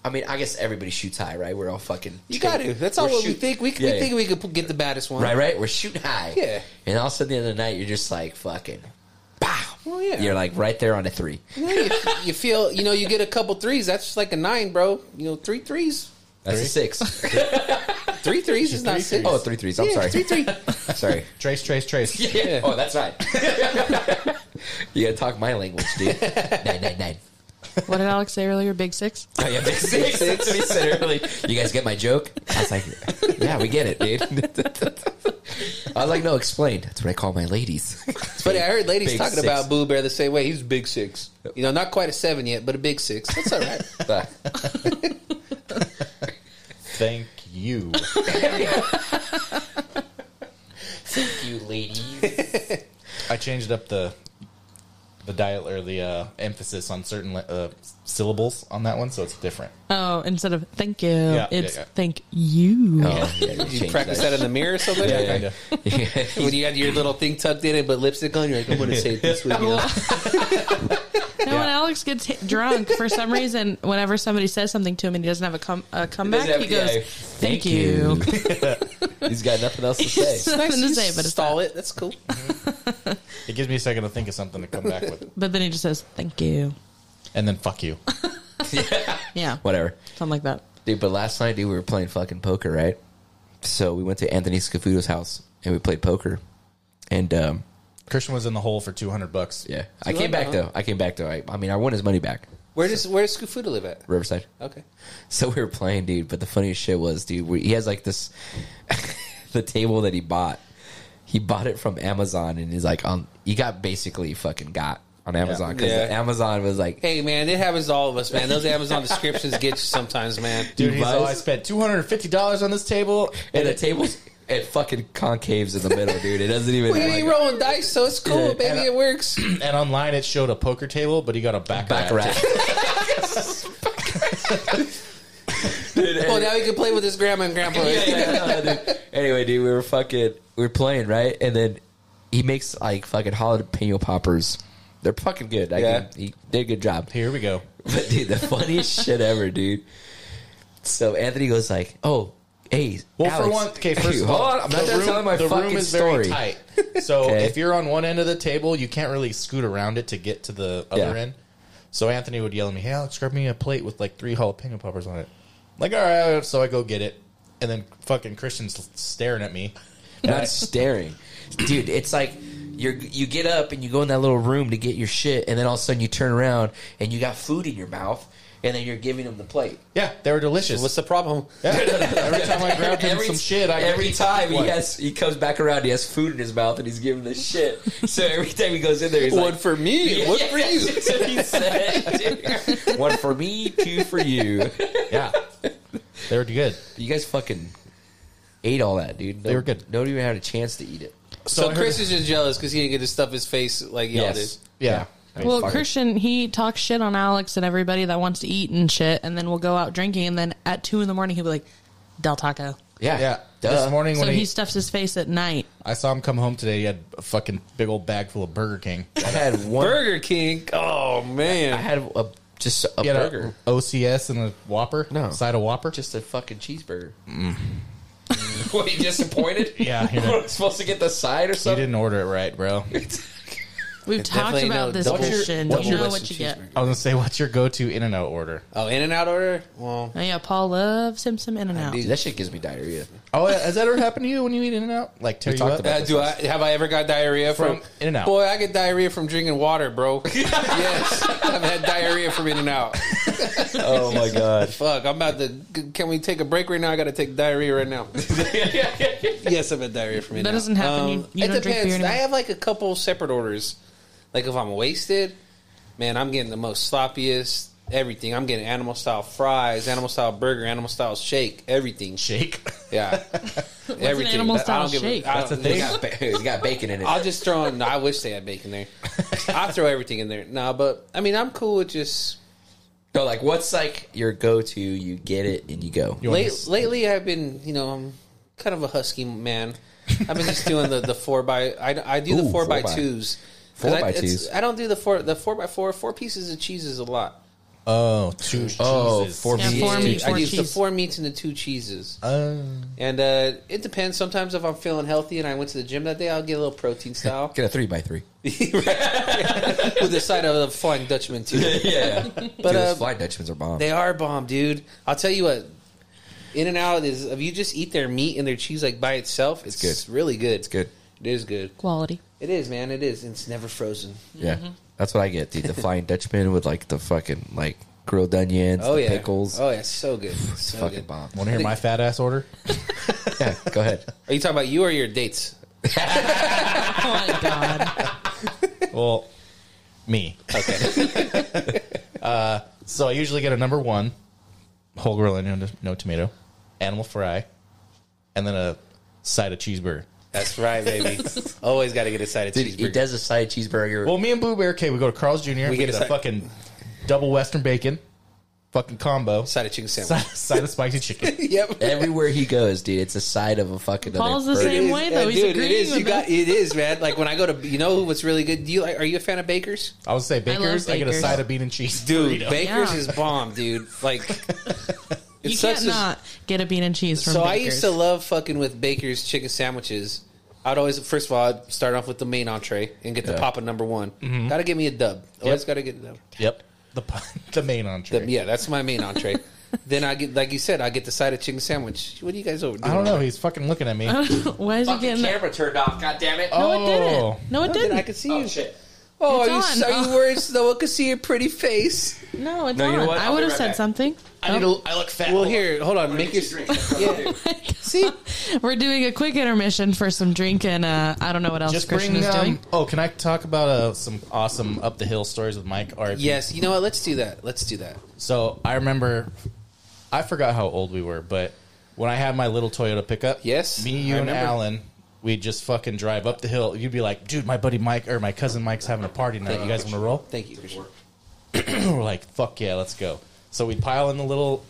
I mean, I guess everybody shoots high, right? We're all fucking.
You got to. That's all
we're
what we
shoot-
think. We,
Yeah,
we
yeah.
think we could p- get the baddest one.
right, right. We're shooting high.
Yeah.
And all of a sudden, the other night, you're just like fucking.
Well, Oh, yeah.
You're like right there on a three.
Yeah, you, you feel. You know, you get a couple threes. That's just like a nine, bro. You know, three threes.
That's a six.
Three threes is not six.
oh, three threes. I'm
Yeah,
sorry.
Three three.
Sorry.
Trace, trace, trace.
Yeah. Oh, that's right. you gotta talk my language, dude. Nine, nine, nine.
What did Alex say earlier? Big six?
Oh, yeah, big six. That's what he said early. You guys get my joke? I was like, yeah, we get it, dude. I was like, no, explain. That's what I call my ladies.
But I heard ladies
Big
talking
six.
about Boo Bear the same way. He's a big six. You know, not quite a seven yet, but a big six. That's all right.
Thank you.
you ladies.
I changed up the the dial or the uh, emphasis on certain uh, syllables on that one, so it's different.
Oh, instead of thank you,
yeah,
it's
yeah.
thank you.
Oh, yeah, you
Did you
changed
practice that in the mirror or something?
Yeah,
Kind of.
when you got your little thing tucked in and put lipstick on, you're like, I'm going to say it this way. You know?
Now, when Alex gets hit drunk, for some reason, whenever somebody says something to him and he doesn't have a, com- a comeback, he goes, thank, you.
He's got nothing else to say.
Nothing to
You
say, but it's
stall it. That's cool.
It gives me a second to think of something to come back with,
But then he just says, thank you.
and then fuck you.
Yeah.
Whatever.
Something like that.
Dude, but last night, dude, we were playing fucking poker, right? So we went to Anthony Scafudo's house and we played poker. And um,
Christian was in the hole for two hundred bucks.
yeah, I
love
came back
that,
though. I came back though. I, I mean, I won his money back.
Where does where does Scufuda live at?
Riverside.
Okay.
So we were playing, dude. But the funniest shit was, dude, we, he has like this, the table that he bought. He bought it from Amazon, and he's like, on. He got basically fucking got on Amazon because
Yeah.
Amazon was like,
Hey man, it happens to all of us, man. Those Amazon descriptions get you sometimes, man.
Dude, he's
buys-
all, I spent two hundred and fifty dollars on this table,
and the table's it fucking concaves in the middle, dude. It doesn't even.
We
like,
ain't rolling dice, so it's cool,
Yeah.
baby. It works.
and online it showed a poker table, but he got a back
back
rack.
rack. Dude,
Well, Oh, now you can play with his grandma and grandpa.
Yeah, yeah, no, dude. Anyway, dude, we were fucking, we were playing, right? And then he makes like fucking jalapeno poppers. They're fucking good. I
Yeah.
can- he did a good job.
Here we go.
But dude, the funniest shit ever, dude. So Anthony goes like, "Oh, hey,
Well,
Alex,
for one, okay, first
Dude,
of all,
hold on, I'm not
the
done
room-
telling my
the
fucking
room is very
story.
tight. So
Okay.
if you're on one end of the table, you can't really scoot around it to get to the other
Yeah.
end. So Anthony would yell at me, "Hey, Alex, grab me a plate with like three jalapeno poppers on it." I'm like, all right. So I go get it, and then fucking Christian's staring at me.
not staring, dude. It's like you're you get up and you go in that little room to get your shit, and then all of a sudden you turn around and you got food in your mouth, and then you're giving them the plate.
Yeah, they were delicious.
What's the problem?
Yeah. Every time I grabbed him
Every-
some shit, I
every time
What?
he has he comes back around, he has food in his mouth and he's giving this shit. So every time he goes in there, he's
One
like,
for me, one for you.
So he said, one for me, two for you.
yeah, they were good.
You guys fucking ate all that, dude.
They were good.
Don't even have a chance to eat it.
So,
I heard-
Chris is just jealous because he didn't get to stuff his face like y'all
Yes.
did.
yeah.
Well,
Fuck it.
Christian, he talks shit on Alex and everybody that wants to eat and shit, and then we'll go out drinking, and then at two in the morning he'll be like, "Del Taco."
Yeah,
Yeah.
Duh.
This morning
So
when
he
he,
stuffs his face at night.
I saw him come home today, he had a fucking big old bag full of Burger King.
I had one.
Burger King. Oh
I
man,
had a just a
He had
burger,
a OCS and a Whopper.
No.
side of Whopper.
just a fucking cheeseburger. what? You disappointed?
Mm. Yeah, you know.
What, I'm supposed to get the side or
he
something.
didn't order it right, bro.
We've talked
definitely
about
no
this,
double-
Christian.
double
You know
Western
what you get.
cheeseburger.
I was gonna say, what's your go-to In and Out order?
Oh, In and Out order. Well,
Oh yeah, Paul loves him some In and Out.
do.
Dude, that shit gives me diarrhea.
Oh, has that ever happened to you when you eat In and Out? Like tear you
talked
up?
about
uh, do I have I ever got diarrhea from,
From In-N-Out.
Boy, I get diarrhea from drinking water, bro. yes, I've had diarrhea from In and Out.
Oh my god.
Fuck, I'm about to. Can we take a break right now? I got to take diarrhea right now. yes, I've had diarrhea from In-N-Out.
That doesn't happen. You- you
Um, it
don't drink beer
depends.
anymore.
I have like a couple separate orders. Like if I'm wasted, man, I'm getting the most sloppiest everything. I'm getting animal style fries, animal style burger, animal style shake, everything.
Shake.
Yeah, everything.
animal
That- I don't
style
give a-
shake?
I
That's a
don't-
thing. It's got, ba- it's got bacon in it.
I'll just throw in. I wish they had bacon there. I throw everything in there. Nah, but I mean, I'm cool with just.
No, like what's like your go-to? You get it and you go.
want
Late,
this?
lately, I've been, you know, I'm kind of a husky man. I've been just doing the the four by. I, I do the
Ooh,
four,
four
by
by.
twos. 'Cause
Four
I,
by
it's-
twos.
I don't do the four the four by four. Four pieces of cheese is a lot.
Oh, two.
Oh,
cheeses.
four
Yeah,
meats.
four
two
meats.
I do the
cheese.
four meats and the two cheeses.
Oh.
And uh, it depends. Sometimes if I'm feeling healthy and I went to the gym that day, I'll get a little protein style
Get a three by three.
with a side of the flying Dutchman too.
yeah, but Dude,
uh,
those fly Dutchmans are bomb.
They are bomb, dude. I'll tell you what. In and out is if you just eat their meat and their cheese like by itself, it's,
good.
really good. It's
good.
It is good.
Quality.
It is, man. It is. And it's never frozen.
yeah, that's what I get, dude. The flying Dutchman with like the fucking like grilled onions,
Oh
the
yeah.
pickles.
Oh yeah. So good. So
fucking
good.
bomb.
Want to hear my fat ass order?
Yeah, go ahead.
Are you talking about you or your dates?
Oh my god.
Well, me. Okay. uh, so I usually get a number one, whole grill and no, no tomato, animal fry, and then a side of cheeseburger.
That's right, baby. Always got to get a side of
Dude, he does a side cheeseburger.
Well, me and Blue Bear, okay, we go to Carl's Jr. We,
get
get,
a
a
side-
fucking double Western bacon, fucking combo,
Side of chicken
side,
sandwich.
side of spicy chicken.
yep.
Everywhere he goes, dude, it's a side of a fucking.
Paul's the
other burger.
same way though.
uh,
He's
dude,
agreeing
it is.
with
You got
us.
it is, man. Like when I go to, you know, what's really good? Do you like? Are you a fan of Baker's?
I would say Baker's, I, get a
Baker's.
side of bean and cheese.
Dude,
burrito.
Baker's
Yeah.
is bomb, dude. Like
You
it's
can't not get a bean and cheese from
So I
Baker's.
used to love fucking with Baker's chicken sandwiches. I'd always first of all I'd start off with the main entree and get the Papa number one. Gotta give me a dub. Always gotta get a dub.
Yep. The, pu- the main entree.
The- yeah, that's my main entree. then I get like you said, I get the side of chicken sandwich. What are you guys over?
I don't know. He's fucking looking at me.
Why is he getting that?
turned off. God damn it!
No, it
Oh.
didn't. No, it
I, did,
didn't.
I could see you.
shit.
Oh,
It's
are you,
on.
are you
Oh.
worried so no one could see your pretty face?
No, it's
No, you know
on.
what?
I
I'll be
would have
right
said
back.
something.
I, need to, I look fat.
Well,
Hold on.
here, hold on. Make your yeah.
See, we're doing a quick intermission for some drink, and uh, I don't know what else
Just
Christian
bring.
is doing.
Um, oh, can I talk about uh, some awesome up the hill stories with Mike? All right.
Yes, you know what? Let's do that. Let's do that.
So I remember, I forgot how old we were, but when I had my little Toyota pickup,
Yes,
me,
I
you, and
remember.
Alan, we'd just fucking drive up the hill. You'd be like, dude, my buddy Mike or my cousin Mike's having a party tonight. You guys want to roll?
Thank you. Christian.
we're like, fuck yeah, let's go. So we'd pile in the little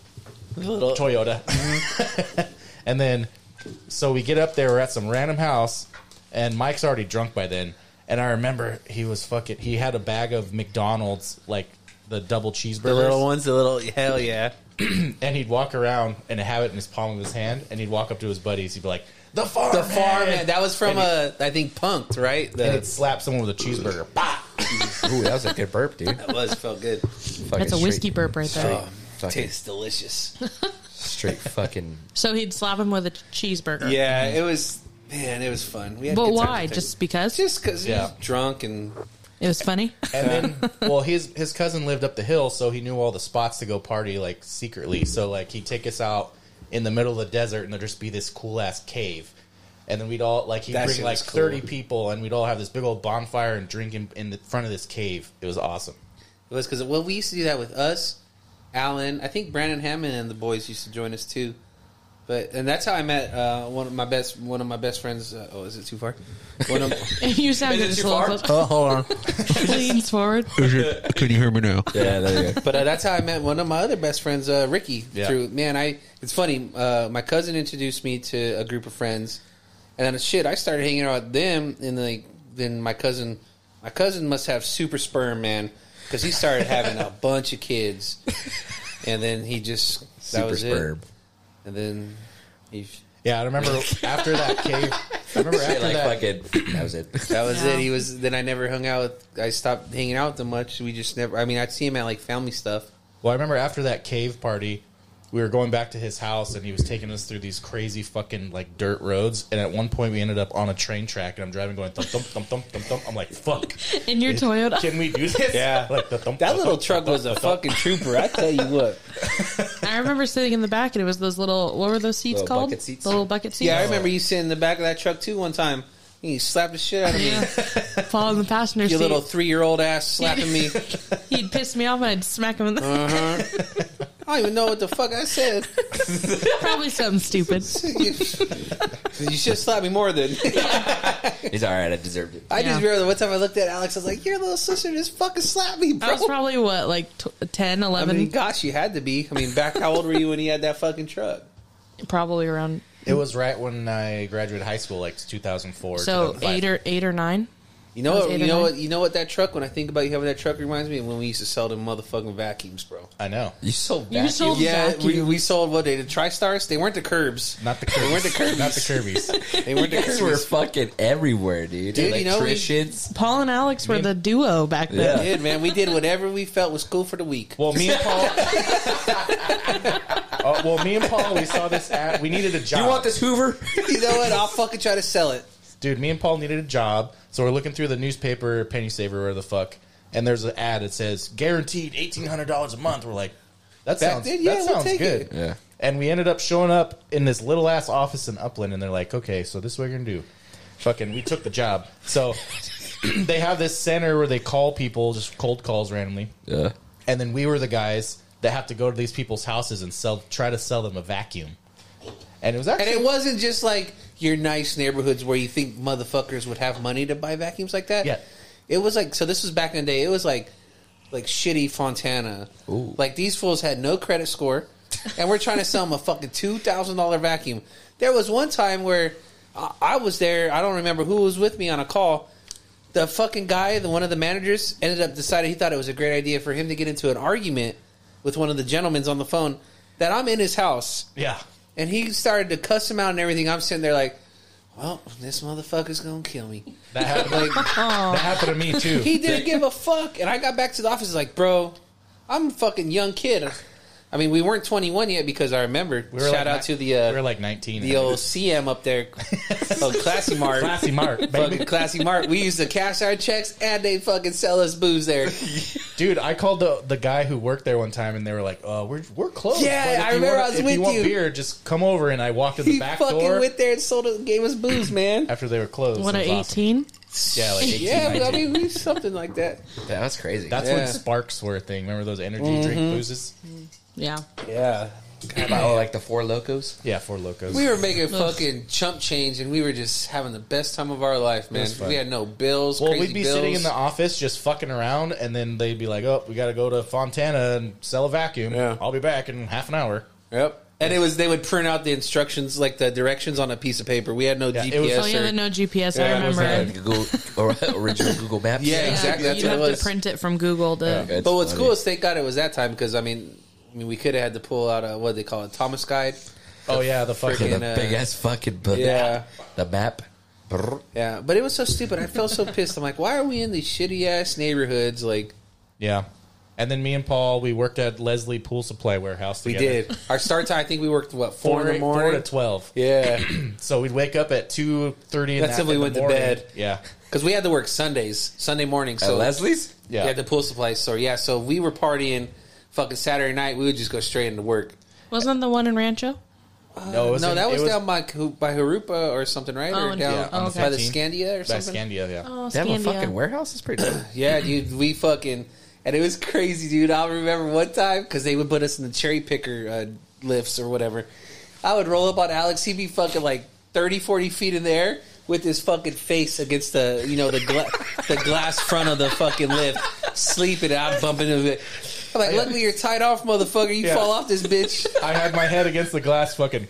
Little Mm-hmm.
Toyota. and then, so we get up there, we're at some random house, and Mike's already drunk by then. And I remember he was fucking, he had a bag of McDonald's, like the double cheeseburgers.
the little ones, the little hell yeah.
And he'd walk around and have it in his palm of his hand, and he'd walk up to his buddies, he'd be like, the farm.
The farm man. That was from
And he-
uh, I think Punked, right?
and he'd
The,
slap someone with a cheeseburger.
Ooh, that was a good burp, dude.
that was felt good.
That's a whiskey burp right there.
Fucking
Tastes delicious.
straight fucking.
So he'd slap him with a cheeseburger.
Yeah, it was man, it was fun. We had
But
good times
why?
with it.
Just because?
just because
Yeah.
was drunk and
It was funny.
And then, well, his his cousin lived up the hill, so he knew all the spots to go party like secretly. So like he'd take us out in the middle of the desert, and there'd just be this cool ass cave. And then we'd all like he'd
That
bring
shit
like
was cool.
thirty people, and we'd all have this big old bonfire and drink in, in the front of this cave. It was awesome.
It was because well, we used to do that with us, Alan. I think Brandon Hammond and the boys used to join us too. But and that's how I met uh, one of my best one of my best friends. Uh, oh, is it too far? One of,
you sounded just a little close.
Oh, hold on.
leans forward.
Can you hear me now?
Yeah, there you go.
but uh, that's how I met one of my other best friends, uh, Ricky.
Yeah.
Through man, I it's funny. Uh, my cousin introduced me to a group of friends, and then shit, I started hanging out with them, and like then my cousin, my cousin must have super sperm, man, because he started having a bunch of kids, and then he just that
Super
was
sperm.
it, and then he.
Yeah, I remember after that cave. I remember after
Shit, like
that.
fucking. That was it.
That was
Yeah.
it. He was. Then I never hung out. with I stopped hanging out with them much. We just never. I mean, I'd see him at like family stuff.
Well, I remember after that cave party, we were going back to his house, and he was taking us through these crazy fucking like dirt roads. And at one point, we ended up on a train track, and I'm driving, going thump thump thump thump thump thump. I'm like, fuck.
In your Toyota.
Can we do this?
Yeah.
Like the thump,
That
thump,
little
thump,
truck
thump,
was a
thump,
fucking
thump.
trooper. I tell you what.
I remember sitting in the back, and it was those little. What were those seats
Little
called?
bucket seats.
The little bucket seats.
Yeah, I remember you sitting in the back of that truck too one time. You slapped the shit out of me.
Yeah. Following the passenger
Your
seat.
little three year old ass slapping me.
He'd piss me off, and I'd smack him in the.
Uh-huh. I don't even know what the fuck I said.
probably something stupid.
you should slap me more than
He's all right. I deserved it.
I just
Yeah.
remember the one time I looked at Alex. I was like, "Your little sister just fucking slapped me, bro."
I was probably what, like t- 10,
I
11?
mean, gosh, you had to be. I mean, back how old were you when you had that fucking truck?
probably around
It was right when I graduated high school, like 2004.
so
2005.
eight or eight or nine.
You know
I was
what?
eight
You
or
know
nine.
what? You know what? That truck. When I think about you having that truck, reminds me of when we used to sell them motherfucking vacuums, bro.
I know.
You so
You sold
Yeah,
vacuum.
we, we sold what they the TriStars. They weren't the curbs.
Not the Kirby's.
weren't the Kirby's.
Not the Kirby's.
They weren't the
guys were
curbs.
fucking everywhere, dude.
Dude, you know, we-
Electricians.
Paul and Alex were the duo back then.
Yeah.
We did man. We did whatever we felt was cool for the week.
Well, me and Paul. Uh, well, me and Paul, we saw this ad. We needed a job.
You want this Hoover?
You know what? I'll fucking try to sell it.
dude, me and Paul needed a job, so we're looking through the newspaper, Penny Saver, or the fuck, and there's an ad that says guaranteed eighteen hundred dollars a month. We're like, that sounds,
then, yeah,
that
we'll
sounds
take
good.
it.
Yeah.
And we ended up showing up in this little ass office in Upland, and they're like, okay, so this is what you're gonna do. Fucking, we took the job. So they have this center where they call people, just cold calls randomly,
yeah.
and then we were the guys that have to go to these people's houses and sell, try to sell them a vacuum. And it was actually
And it wasn't just like your nice neighborhoods where you think motherfuckers would have money to buy vacuums like that.
Yeah.
It was like so. This was back in the day. It was like like shitty Fontana. Like these fools had no credit score, and we're trying to sell them a fucking two thousand dollar vacuum. There was one time where I, I was there. I don't remember who was with me on a call. The fucking guy, the one of the managers, ended up deciding he thought it was a great idea for him to get into an argument with one of the gentlemen's on the phone. That I'm in his house
yeah.
and he started to cuss him out and everything. I'm sitting there like, well, this motherfucker's gonna kill me.
That happened. that happened to me too.
He didn't give a fuck. And I got back to the office like, bro, I'm a fucking young kid. I mean, we weren't 21 yet because I remember.
We were
shout
like
out to
ni-
the
we
uh,
were like 19.
the old CM up there, oh, Classy Mart.
classy Mark,
Fucking
baby.
classy Mart. We used to cash our checks and they fucking sell us booze there.
dude. I called the the guy who worked there one time, and they were like, "Uh, we're we're closed."
Yeah,
but if
I
you
remember
want-
I was
if
with
you. Want
you.
beer? Just come over, and I walked in the
He
back
fucking
door
went there and sold us, gave us booze, man.
after they were closed.
What
It
at
was awesome.
eighteen?
Yeah, like 18,
Yeah, but I
19.
mean, we something like that.
That was crazy.
that's
Yeah. Mm-hmm.
when sparks were a thing. Remember those energy drink boozes?
Yeah.
Yeah.
oh, like the four locos.
Yeah, four locos.
We were making fucking chump change, and we were just having the best time of our life, man.
was fun.
We had no bills.
well,
crazy
we'd be
bills.
sitting in the office just fucking around, and then they'd be like, "Oh, we got to go to Fontana and sell a vacuum.
Yeah.
I'll be back in half an hour."
Yep. And it was they would print out the instructions, like the directions on a piece of paper. We had no
Yeah,
GPS.
it was-
oh, yeah,
or-
the no GPS.
Yeah,
I
it was
remember.
that.
Google or, original Google Maps.
Yeah,
Yeah,
exactly. That's
You'd
what it
have
was.
to print it from Google to.
That's
but what's
funny.
cool is thank God it was that time because I mean, I mean, we could have had to pull out a what they call a Thomas guide.
Oh yeah, the fucking
the
in, uh,
big ass fucking book.
Yeah.
The map. Brr.
Yeah, but it was so stupid. I felt so pissed. I'm like, why are we in these shitty ass neighborhoods? Like
Yeah. And then me and Paul, we worked at Leslie Pool Supply Warehouse
we
together.
did. Our start time, I think we worked what four,
Four,
in the morning.
four to twelve.
yeah,
So we'd wake up at two thirty.
That's if we went to bed.
Yeah,
because we had to work Sundays, Sunday morning. So
At Leslie's?
yeah, at the pool supply store. Yeah, so if we were partying, fucking Saturday night. We would just go straight into work.
Wasn't that the one in Rancho?
no, it was
Uh, no,
in-
that
it
was, down by Hu- by Harupa or something, right?
Oh,
or
and-
down
yeah, on the
by the
15th.
Scandia or
by
something.
Scandia. Yeah,
Oh,
They have a
Scandia.
fucking warehouse? It's pretty dope.
Yeah, dude, we fucking and it was crazy, dude. I remember one time because they would put us in the cherry picker uh, lifts or whatever. I would roll up on Alex. He'd be fucking like 30, 40 feet in the air with his fucking face against the you know the gla- the glass front of the fucking lift, sleeping. And I'm bumping him. I'm like, luckily you're tied off, motherfucker. You
Yeah.
fall off this bitch.
I had my head against the glass, fucking,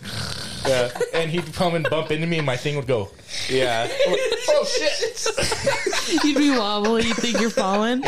yeah, and he'd come and bump into me, and my thing would go.
Yeah,
Oh shit!
You'd be wobbly. You'd think you're falling.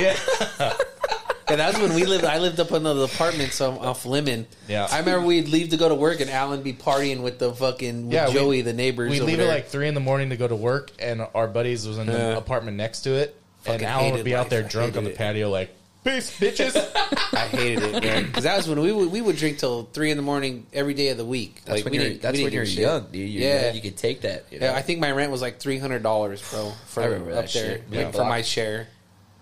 and that's when we lived. I lived up in the apartment, so I'm off Lemon.
Yeah.
I remember we'd leave to go to work, and Alan be partying with the fucking with
Yeah, we-
Joey, the neighbors.
We'd
over
leave
there.
at like three in the morning to go to work, and our buddies was in the
Yeah.
apartment next to it, and
Fucking
Alan
hated
would be out
life.
there
I
drunk on the
hated it.
patio, like peace, bitches.
I hated it, man. Because that was when we would, we would drink till three in the morning every day of the week.
That's
like
when
we
you're,
didn't-
that's
we didn't
when
give
you're
a shit.
young, dude. You're
yeah,
young, You can take that. You know?
yeah. I think my rent was like three hundred dollars, bro. For
I remember
up
that
there
shit.
like,
Yeah.
for my share.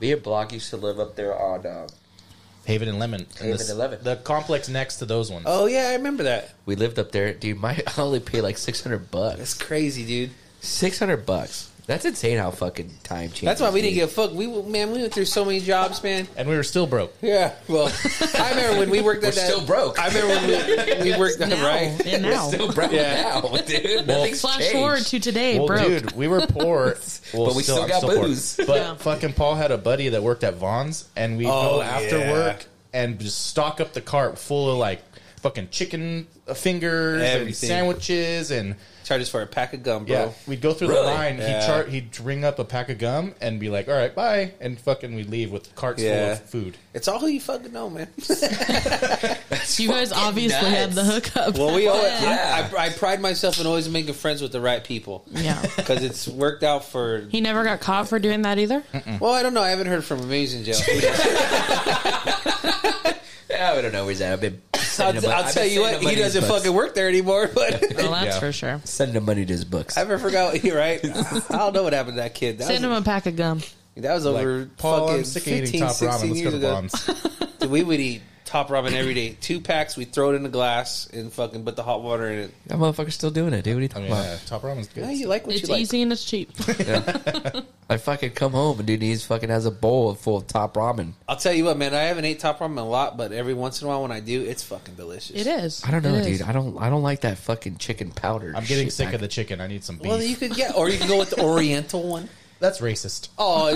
Me and Block used to live up there on. Um,
Haven and Lemon, and
Haven
this-
and Lemon.
the complex next to those ones.
Oh yeah, I remember that.
we lived up there, dude. My I only paid like six hundred
That's
bucks.
crazy, dude.
Six hundred bucks. That's insane how fucking time changes.
That's why we didn't
dude.
give a fuck. We man, we went through so many jobs, man.
And we were still broke.
Yeah. Well, I remember when we worked at that.
still broke.
I remember when we, we worked
Now.
right.
And now.
still broke
Yeah.
now, dude. Nothing's
Flash
changed.
forward to today,
well,
broke.
dude, we were poor, Well,
But we still
I'm
got
poor.
booze.
But
Yeah.
fucking Paul had a buddy that worked at Vaughn's, and we would
Oh,
go after
yeah.
work and just stock up the cart full of like fucking chicken fingers and
Everything.
sandwiches and
Charges for a pack of gum, bro.
Yeah, we'd go through
Really?
the line.
Yeah.
He'd chart. He'd ring up a pack of gum and be like, "All right, bye," and fucking we'd leave with carts
Yeah.
full of food.
It's all who you fucking know, man.
you guys
fucking
obviously
nuts.
had the hookup.
Well, we always,
Yeah.
I, I, I pride myself in always making friends with the right people.
Yeah.
because it's worked out for.
He never got caught for doing that either.
Well, I don't know. I haven't heard from Amazing Joe.
Yeah, I don't know where he's at. I've been.
I'll,
sending
I'll
him- I've been
tell you
sending
what,
him
he
money to his
doesn't
books.
fucking work there anymore. But
Well, that's
Yeah.
for sure.
sending him money to his books.
I haven't forgot. You're right. I don't know what happened to that kid. That,
Send him
was,
a pack of gum.
that was over
Like, Paul,
fucking
I'm sick of eating
15,
top
16
ramen. Let's
years
go to
ago.
Bonds.
Dude, we would eat top ramen every day. Two packs. We throw it in a glass and fucking put the hot water in it.
That motherfucker's still doing it, dude. What are you
I
talking
mean,
about?
yeah, top ramen's good.
Now you like what
It's
you like.
easy and it's cheap.
I fucking come home and dude, he's fucking has a bowl full of top ramen.
I'll tell you what, man. I haven't ate top ramen a lot, but every once in a while when I do, it's fucking delicious.
It is.
I don't know,
It is.
dude. I don't. I don't like that fucking chicken powder.
I'm getting
shit
sick
back.
of the chicken. I need some beef.
Well, you could get, or you can go with the Oriental one.
That's racist.
Oh,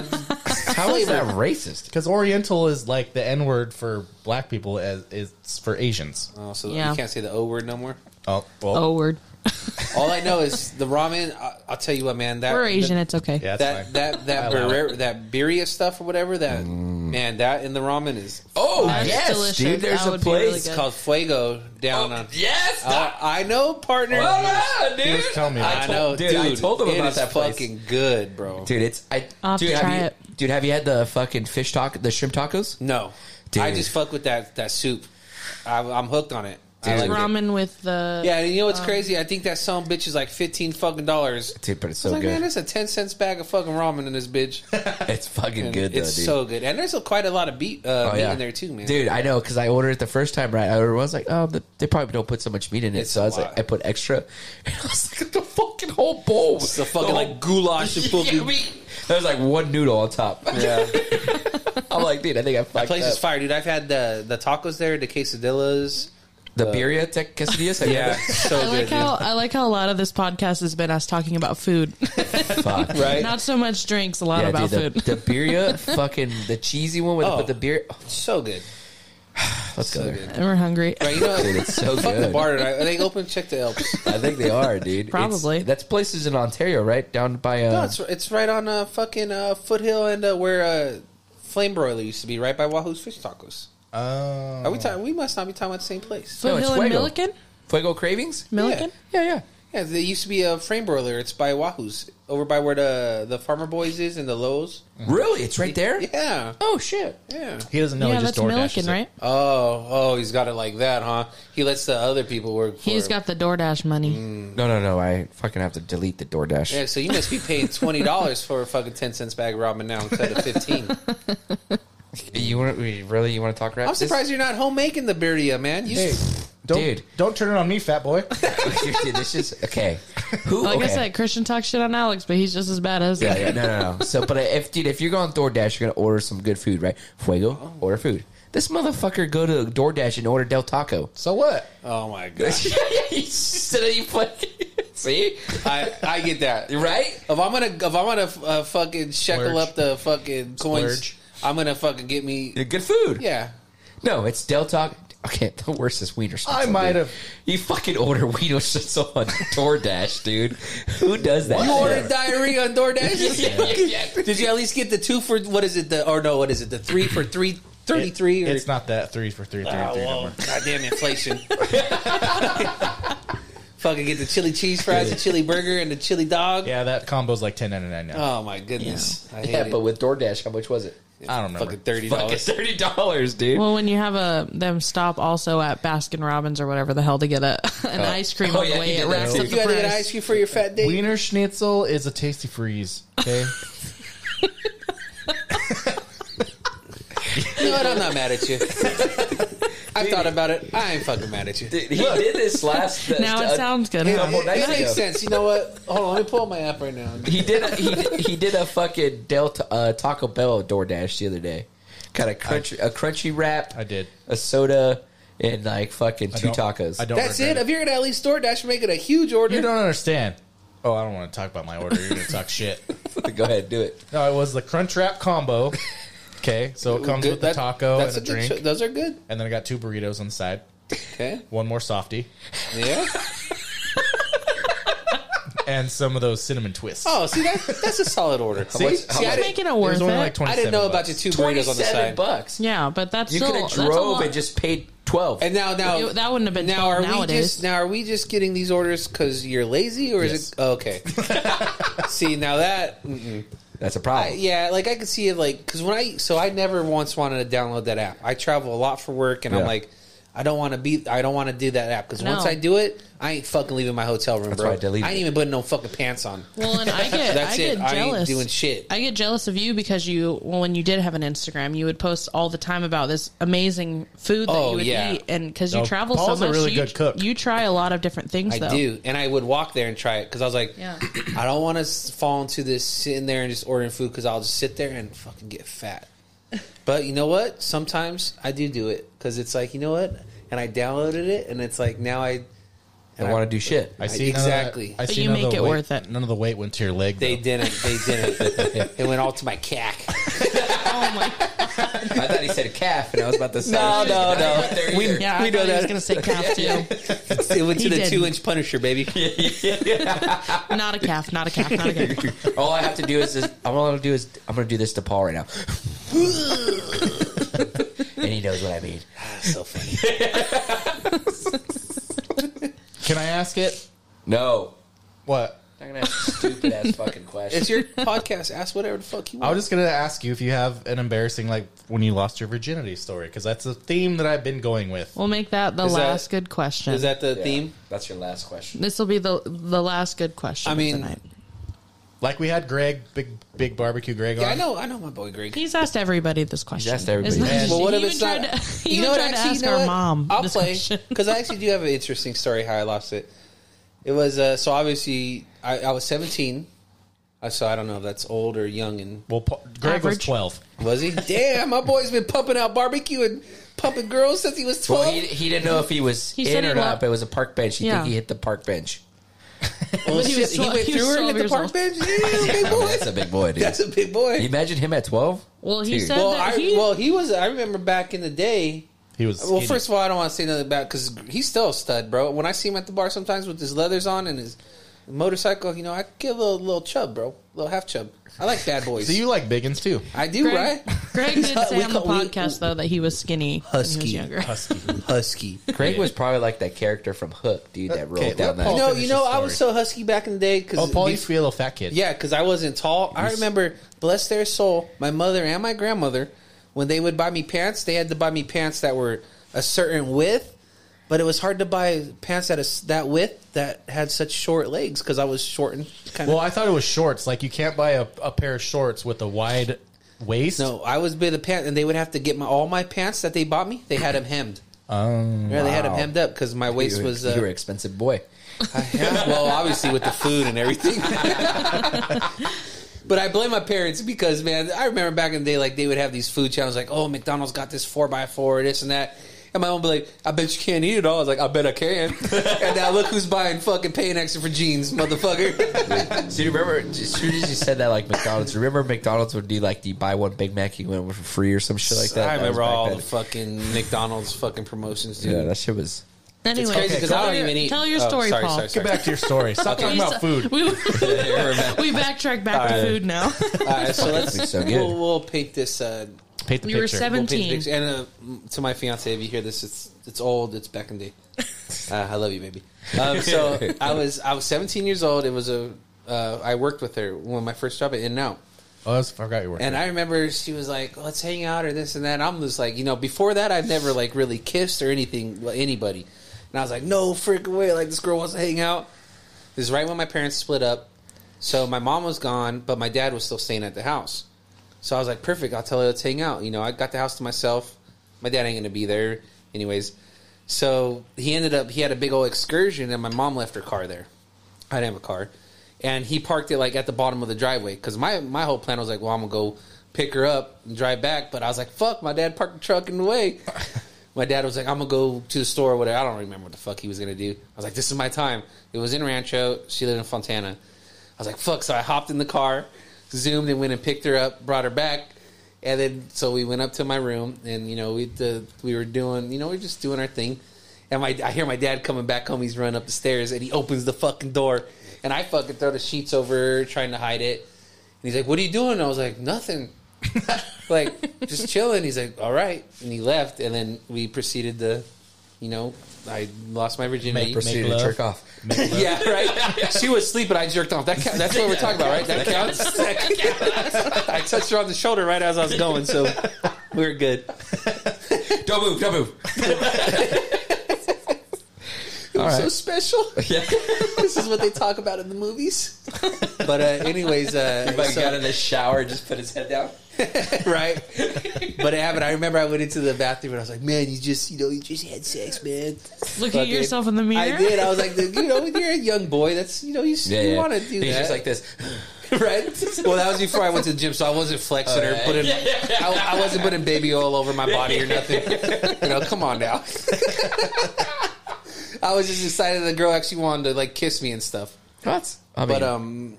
How is that racist?
Because Oriental is like the N word for black people. As it's for Asians.
Oh, so
Yeah.
you can't say the O word no more.
Oh, well,
Oh, word.
All I know is the ramen. I, I'll tell you what, man. That
We're Asian.
that-
It's okay.
yeah, that's
that
fine.
that that
I allow
birria, that birria stuff or whatever. That
Mm.
man, that in the ramen is
Oh
That's
yes,
delicious.
dude. There's
That
a
would be really
place.
good.
called Fuego down on.
yes.
Oh, I know, partner.
Hold on, dude.
He was telling me
I
about it.
know,
dude, I told him
it
about
is
that place.
fucking good, bro.
dude. It's I.
I'll have
dude,
to
have
try
you,
it.
dude, have you had the fucking fish taco, the shrimp tacos?
No,
Dude.
I just fuck with that that soup. I, I'm hooked on it. I like
Dude.
it.
Ramen Oh. with the.
Yeah, and you know what's crazy? I think that some bitch is like fifteen fucking dollars.
Dude, but it's
I
so
was like,
good.
man, that's a ten cents bag of fucking ramen in this bitch.
it's fucking good. Though,
it's
dude.
so good, and there's a, quite a lot of beef uh,
Oh,
meat
yeah.
in there too, man.
Dude, I know because I ordered it the first time, right? I ordered, I was like, oh, the, they probably don't put so much meat in it,
It's
so
a
I was like,
lot.
I put extra, and I was like, the fucking whole bowl,
It's the fucking
whole-
like goulash and
Yeah,
fucking.
we- There was like one noodle on top.
Yeah,
I'm like, dude, I think I fucked
place
up.
is fire, dude. I've had the the tacos there, the quesadillas.
the birria tech quesadillas. have you
Yeah,
had
so
I like
good.
how I like how a lot of this podcast has been us talking about food,
that? Fuck.
dude. Right?
not so much drinks. A lot
Yeah,
about
dude,
food.
the, the birria, fucking the cheesy one with
Oh.
the, the beer. Oh,
so good.
let's go there.
and we're hungry.
Right? You know,
Dude, it's so
fuck the
good.
bar tonight. Are they open? Check the Elps.
I think they are, dude. It's-
Probably.
that's places in Ontario, right? Down by uh,
No, it's it's right on uh, fucking uh, foothill and uh, where uh, Flame Broiler used to be, right by Wahoo's Fish Tacos.
Oh.
Are we talking? We must not be talking about the same place.
No, it's
Foothill and
Fuego.
Milliken.
Fuego Cravings.
Milliken.
Yeah, yeah.
Yeah, there used to be a frame broiler. It's by Wahoo's, over by where the the Farmer Boys is and the Lowe's.
Really? It's right there?
Yeah,
Oh, shit.
yeah.
He doesn't know.
yeah,
he just
that's
door
Milliken,
dashes
right?
Oh, oh, he's got it like that, huh? He lets the other people work. For
He's
him.
got the DoorDash money.
No, no, no. I fucking have to delete the DoorDash.
Yeah, so you must be paying twenty dollars for a fucking ten cents bag of ramen now instead of fifteen.
You want to really? You want to talk rap?
I'm surprised you're not home making the birria, man. You
Hey, don't
Dude.
don't turn it on me, fat boy.
this is okay. Who?
Like I
okay.
said, Christian talks shit on Alex, but he's just as bad as
Yeah, yeah, no, no, no. So, but if dude, if you're going DoorDash, you're gonna order some good food, right? Fuego, order food. This motherfucker go to DoorDash and order Del Taco.
so what?
oh my god,
Instead of you fucking see,
I I get that. If
right?
I'm gonna if I'm gonna uh, fucking shekel
Splurge.
up the fucking coins,
Splurge.
I'm gonna fucking get me.
Good food.
Yeah,
No, it's Del Taco. Okay, the worst is Wiener Schnitzel.
I might
dude.
have-
You fucking order Wiener Schnitzel on DoorDash, dude. Who does that?
you
shit?
ordered diarrhea on DoorDash.
Yeah, yeah, yeah.
Did you at least get the two for what is it? The or no, what is it? The three for three thirty three.
It- it's not that three for three, three,
Oh,
three
well,
number.
goddamn inflation. Fucking get the chili cheese fries, the chili burger, and the chili dog.
Yeah, that combo's like ten ninety nine now.
Oh my goodness. I hate
Yeah,
it.
but with DoorDash, how much was it?
I don't remember.
fucking thirty
Fucking
dollars.
thirty dollars, dude.
Well, when you have a them stop also at Baskin Robbins or whatever the hell to get a an ice cream
Oh,
on
yeah,
the way,
you
it
did that
racks
too.
up
If you
the
had to get
price.
ice cream for your fat date,
Wiener Schnitzel is a tasty freeze. Okay,
you know what? I'm not mad at you. I thought about it. I ain't fucking mad at you. It
Dude, he did this last.
Now it
uh,
sounds good.
Yeah,
huh?
I'm on that
it
show.
makes sense. You know what? Hold on, let me pull up my app right now.
He did. A, he did, he did a fucking Delta uh, Taco Bell DoorDash the other day. Got a crunchy a crunchy wrap.
I did.
a soda and like fucking
I
two
don't-
tacos.
I don't.
That's
regret
it. If you're gonna at least DoorDash, make it a huge order.
You don't understand. Oh, I don't want to talk about my order. You're gonna talk shit.
Go ahead, do it.
No, it was the crunch wrap combo. Okay, so it comes
Good-
with the
that-
taco and
that's
a
good
drink,
cho- those are good.
and then I got two burritos on the side.
Okay.
One more softy,
Yeah.
and some of those cinnamon twists.
Oh, see that? That's a solid order. See,
much- how
see I,
It's
didn't,
making it
it
worth
was
it.
only like twenty.
I didn't know about your two burritos on the
Twenty-seven
side.
bucks.
yeah, but that's
You
still,
could have
that's a
drove
lot.
and just paid twelve.
And now, now
It- that wouldn't have been
now. Are we
nowadays.
just now? Are we just getting these orders because you're lazy, or is
Yes.
it Oh, okay? see now that mm-mm.
That's a problem.
yeah, like I could see it like because when I so I never once wanted to download that app. I travel a lot for work, and I'm
Yeah.
like. I don't want to be. I don't want to do that app because
No.
once I do it, I ain't fucking leaving my hotel room, bro.
why
I,
I deleted
ain't
it.
even putting no fucking pants on.
Well, and I get
That's
I
it.
get
I
jealous.
ain't doing shit.
I get jealous of you because you well, when you did have an Instagram, you would post all the time about this amazing food that
Oh,
you would
yeah.
eat, and because you
No,
travel
Paul's
so
a
much,
really
you,
good cook.
you try a lot of different things.
I
though.
do, and I would walk there and try it because I was like,
Yeah.
I don't want to fall into this sitting there and just ordering food because I'll just sit there and fucking get fat. But you know what? Sometimes I do do it because it's like you know what, and I downloaded it, and it's like now I
I don't want to do shit.
I see none of
Exactly.
that- I
But
see
you
none of
make
the
it
weight-
worth it.
None of the weight went to your leg.
they
though.
didn't, they didn't. it went all to my cack.
Oh my!
I thought he said calf, and I was about to say
No, no, no.
We,
Yeah, I
We know
thought he was
that.
going to say calf too.
It went to
He
the
didn't.
two inch Punisher, baby.
Not a calf. Not a calf. Not a calf.
All I have to do is just, all I'm gonna do is I'm gonna do this to Paul right now, and he knows what I mean.
so funny.
Can I ask it?
No,
What?
I'm gonna ask stupid ass fucking question.
It's your podcast. Ask whatever the fuck you
I
want.
was just gonna ask you if you have an embarrassing like when you lost your virginity story because that's a theme that I've been going with.
We'll make that the
Is that-
last good question.
Is that the
Yeah,
theme?
That's your last question.
this will be the the last good question.
I
of
mean-
tonight.
Like we had Greg, big big barbecue Greg.
Yeah,
on.
I know. I know my boy Greg.
he's asked everybody this question.
asked everybody.
It's not-
And-
Well, what
he
if
even
it's not?
tried to- he even tried to ask
you know
our
what?
mom.
I'll
this
play
question.
because I actually do have an interesting story how I lost it. It was uh, so obviously I, I was seventeen, Uh, so I don't know if that's old or young. And
Well, Paul, Greg was
Average.
twelve.
was he? Damn, my boy's been pumping out barbecue and pumping girls since he was
Well,
twelve.
he, he didn't know if he was
He
in
said
or
he
not,
loved-
but it was a park bench. He
Yeah.
think he hit the park bench.
Well,
he
shit,
was
he,
twelve-
went
he was
through her
12
at the
years
park
old.
bench. Yeah, big boy.
That's a big boy, dude.
That's a big boy.
Imagine him at twelve.
Well, he
Dude.
said
Well,
that
I
he
well he was. I remember back in the day.
He was
Well, first of all, I don't want to say nothing about because he's still a stud, bro. When I see him at the bar sometimes with his leathers on and his Motorcycle, you know, I give a little, little chub, bro. little half chub. I like bad boys.
So you like biggins too?
I do,
Greg,
right?
Greg did say
We
on the
call- we-
podcast though that he was skinny when
Husky.
he was younger.
Husky.
Craig was probably like that character from Hook, dude, that rolled
Okay, that
down that.
Paul-
No,
finish
you
the
know, I was
story.
so husky back in the day because
Oh, Paul used to be a little fat kid.
Yeah, because I wasn't tall. I remember, bless their soul, my mother and my grandmother, when they would buy me pants, they had to buy me pants that were a certain width, but it was hard to buy pants that is that width that had such short legs because I was short and kind of.
Well, I thought it was shorts. Like you can't buy a, a pair of shorts with a wide waist.
no, I was bit of pants, and they would have to get my all my pants that they bought me. They had them hemmed.
Oh,
Um,
Yeah, they had them hemmed up because my waist
you, were-
was.
you were an
Uh,
expensive boy.
yeah, well, obviously with the food and everything. But I blame my parents because, man, I remember back in the day, like, they would have these food channels, like, oh, McDonald's got this 4x4, this and that. And my mom would be like, I bet you can't eat it all. I was like, I bet I can. and now look who's buying fucking paying extra for jeans, mother.
So you remember, as soon as you said that, like McDonald's, remember McDonald's would do like the buy one Big Mac, you went one for free or some shit like that?
I
That was
remember
back
all
then.
the fucking McDonald's fucking promotions, dude.
Yeah, that shit was.
Anyway,
It's crazy because
tell
I don't
your-
even eat.
Tell your
oh,
story,
sorry,
Paul.
Sorry,
get
sorry.
back to your story. Stop talking about food.
We,
Never mind.
we backtrack back to food now.
All right, so
It's
let's
so good.
we'll, we'll paint this. Uh,
Paint the
You were
picture.
we'll paint the
17.
picture. And uh, to my fiance, if you hear this, it's it's old. It's back in the day. Uh, I love you, baby. Um, so I was I was 17 years old. It was a uh, I worked with her when my first job at In and Out.
Oh, that's- I forgot you were.
And I remember she was like, "Let's hang out" or this and that. And I'm just like, you know, before that, I've never like really kissed or anything like, anybody. And I was like, "No freaking way!" Like this girl wants to hang out. This is right when my parents split up, so my mom was gone, but my dad was still staying at the house. So I was like, "Perfect! I'll tell her let's hang out." You know, I got the house to myself. My dad ain't gonna be there, anyways. So he ended up he had a big old excursion, and my mom left her car there. I didn't have a car, and he parked it like at the bottom of the driveway because my my whole plan was like, well, I'm gonna go pick her up and drive back, but I was like, fuck, my dad parked the truck in the way. my dad was like, I'm gonna go to the store or whatever. I don't remember what the fuck he was gonna do. I was like, this is my time. It was in Rancho. She lived in Fontana. I was like, fuck. So I hopped in the car, zoomed and went and picked her up, brought her back. And then, so we went up to my room, and you know, we the, we were doing, you know, we were just doing our thing. And my, I hear my dad coming back home. He's running up the stairs, and he opens the fucking door, and I fucking throw the sheets over, trying to hide it. And he's like, "What are you doing?" I was like, "Nothing." like just chilling. He's like, "All right," and he left. And then we proceeded to, you know, I lost my virginity.
Proceeded to
love.
jerk off.
yeah, right. She was sleeping. I jerked off. That count, that's what we're talking about, right? That counts. I touched her on the shoulder right as I was going, so we were good.
Don't move, don't move.
It was so special. this is what they talk about in the movies. But uh, anyways, uh, so-
in the shower, just put his head down.
right? But it happened. I remember I went into the bathroom and I was like, "Man, you just you know you just had sex, man."
Look at
Fucking-
yourself in the mirror.
I did. I was like, you know, when you're a young boy, that's you know you,
Yeah,
you
yeah.
want to do
He's
that,
just like this.
right? Well, that was before I went to the gym, so I wasn't flexing or
Alright.
putting. I, I wasn't putting baby oil over my body or nothing. You know, come on now. I was just excited the girl actually wanted to like kiss me and stuff.
What? I mean,
But um,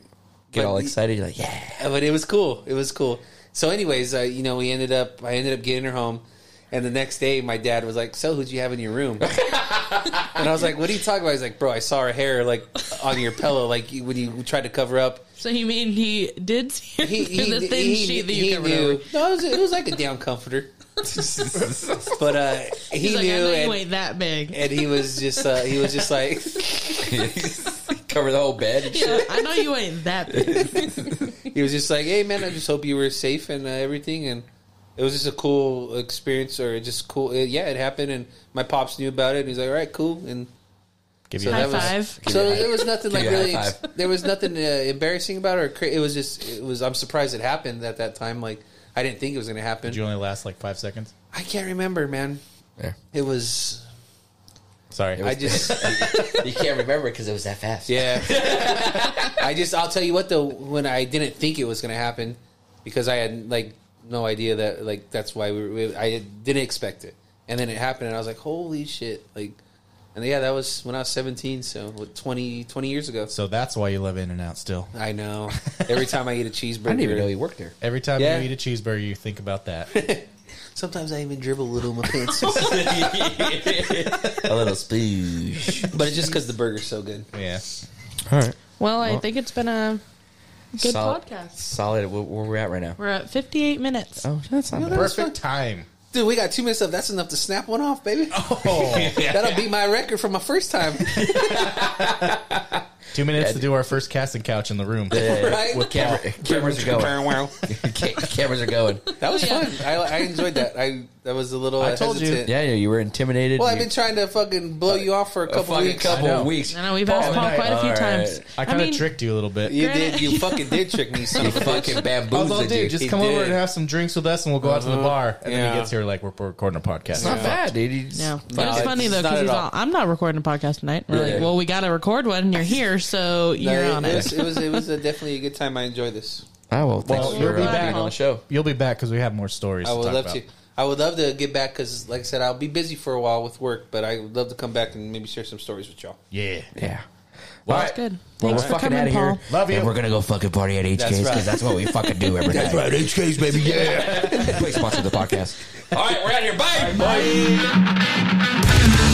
get
but
all
the-
excited. You're like, yeah.
but it was cool. It was cool. So, anyways, uh, you know, we ended up. I ended up getting her home, and the next day, my dad was like, "So, who'd you have in your room?" and I was like, "What are you talking about?" He's like, "Bro, I saw her hair like on your pillow, like you- when you tried to cover up."
So you mean he did see her through the thin sheet that you covered
knew.
over?
No, it was, it was like a down comforter. but uh, he
He's like, I
knew,
know
and,
you ain't that big.
and he was just uh, he was just like.
Cover the whole bed. and shit.
Yeah, I know you ain't that big.
he was just like, "Hey, man, I just hope you were safe and uh, everything." And it was just a cool experience, or just cool. It, yeah, it happened, and my pops knew about it. And he's like, "All right, cool." And
Give
so
you
High
that was
five.
so there was nothing
Give
like
you a
really.
high
ex-
five.
there was nothing uh, embarrassing about it. Or cra- it was just it was. I'm surprised it happened at that time. Like I didn't think it was going to happen.
Did you only last like five seconds?
I can't remember, man.
Yeah.
It was.
Sorry.
I just.
You can't remember because it was that fast.
Yeah. I just I'll tell you what though, when I didn't think it was going to happen, because I had like no idea that like that's why we, were, we I didn't expect it, and then it happened, and I was like, holy shit, like, and yeah, that was when I was seventeen, so what, 20, 20 years ago.
so that's why you love In and Out still.
I know. Every time I eat a cheeseburger,
I didn't even know you worked there.
Every time
Yeah.
you eat a cheeseburger, you think about that.
sometimes I even dribble a little in my pants,
A little spooge.
but it's just because the burger's so good.
yeah.
All right.
Well, I think it's been a good
solid,
podcast.
Solid. Where, where we're at right now.
We're at 58 minutes.
Oh, that's not bad.
Perfect time.
Dude, we got two minutes left. That's enough to snap one off, baby.
Oh,
That'll beat my record from my first time.
Two minutes to do our first casting couch in the room.
right?
Camera, cameras are going. Ca- cameras are going.
That was
Yeah.
fun. I, I enjoyed that. I that was a little.
I
uh,
told you.
hesitant.
Yeah, yeah, you were intimidated.
Well, I've
You-
been trying to fucking blow you off for a
a
couple
fucking
weeks.
couple
I know.
weeks.
I know we've asked Paul quite a few
All
times.
right.
I kind of
mean,
tricked you a little bit.
You
Granted-
did. You fucking did trick me. Son
You
of a bitch.
fucking
I was
bamboozled
all, dude,
you.
just
He
come over
did. Uh-huh.
and have some drinks with us, and we'll go out to the bar. And then
Yeah.
he gets here like we're, we're recording a podcast.
It's not bad, dude. You just-
No,
Fuck
it was
it.
funny though
not
because
at
he's
all.
all, "I'm not recording a podcast tonight." We're
Yeah.
like, "Well, we got to record one. and You're here, so you're
No,
on
it,
it."
was, it was. It was a, definitely a good time. I enjoyed this.
Oh, well, thanks
Well,
for
you'll be
uh,
back.
being on the show.
You'll be back because we have more stories.
I
to
would
talk
love
about.
to. I would love to get back because, like I said, I'll be busy for a while with work. But I would love to come back and maybe share some stories with y'all.
Yeah.
Yeah.
Well,
All
that's
good.
Well,
Thanks
we're
for
fucking
coming,
out of here.
Paul. Love you.
And we're going to go fucking party at HK's because
right.
that's what we fucking do every day.
right, HK's baby. Yeah.
Please sponsor the podcast.
All right, we're out of here. Bye.
Bye.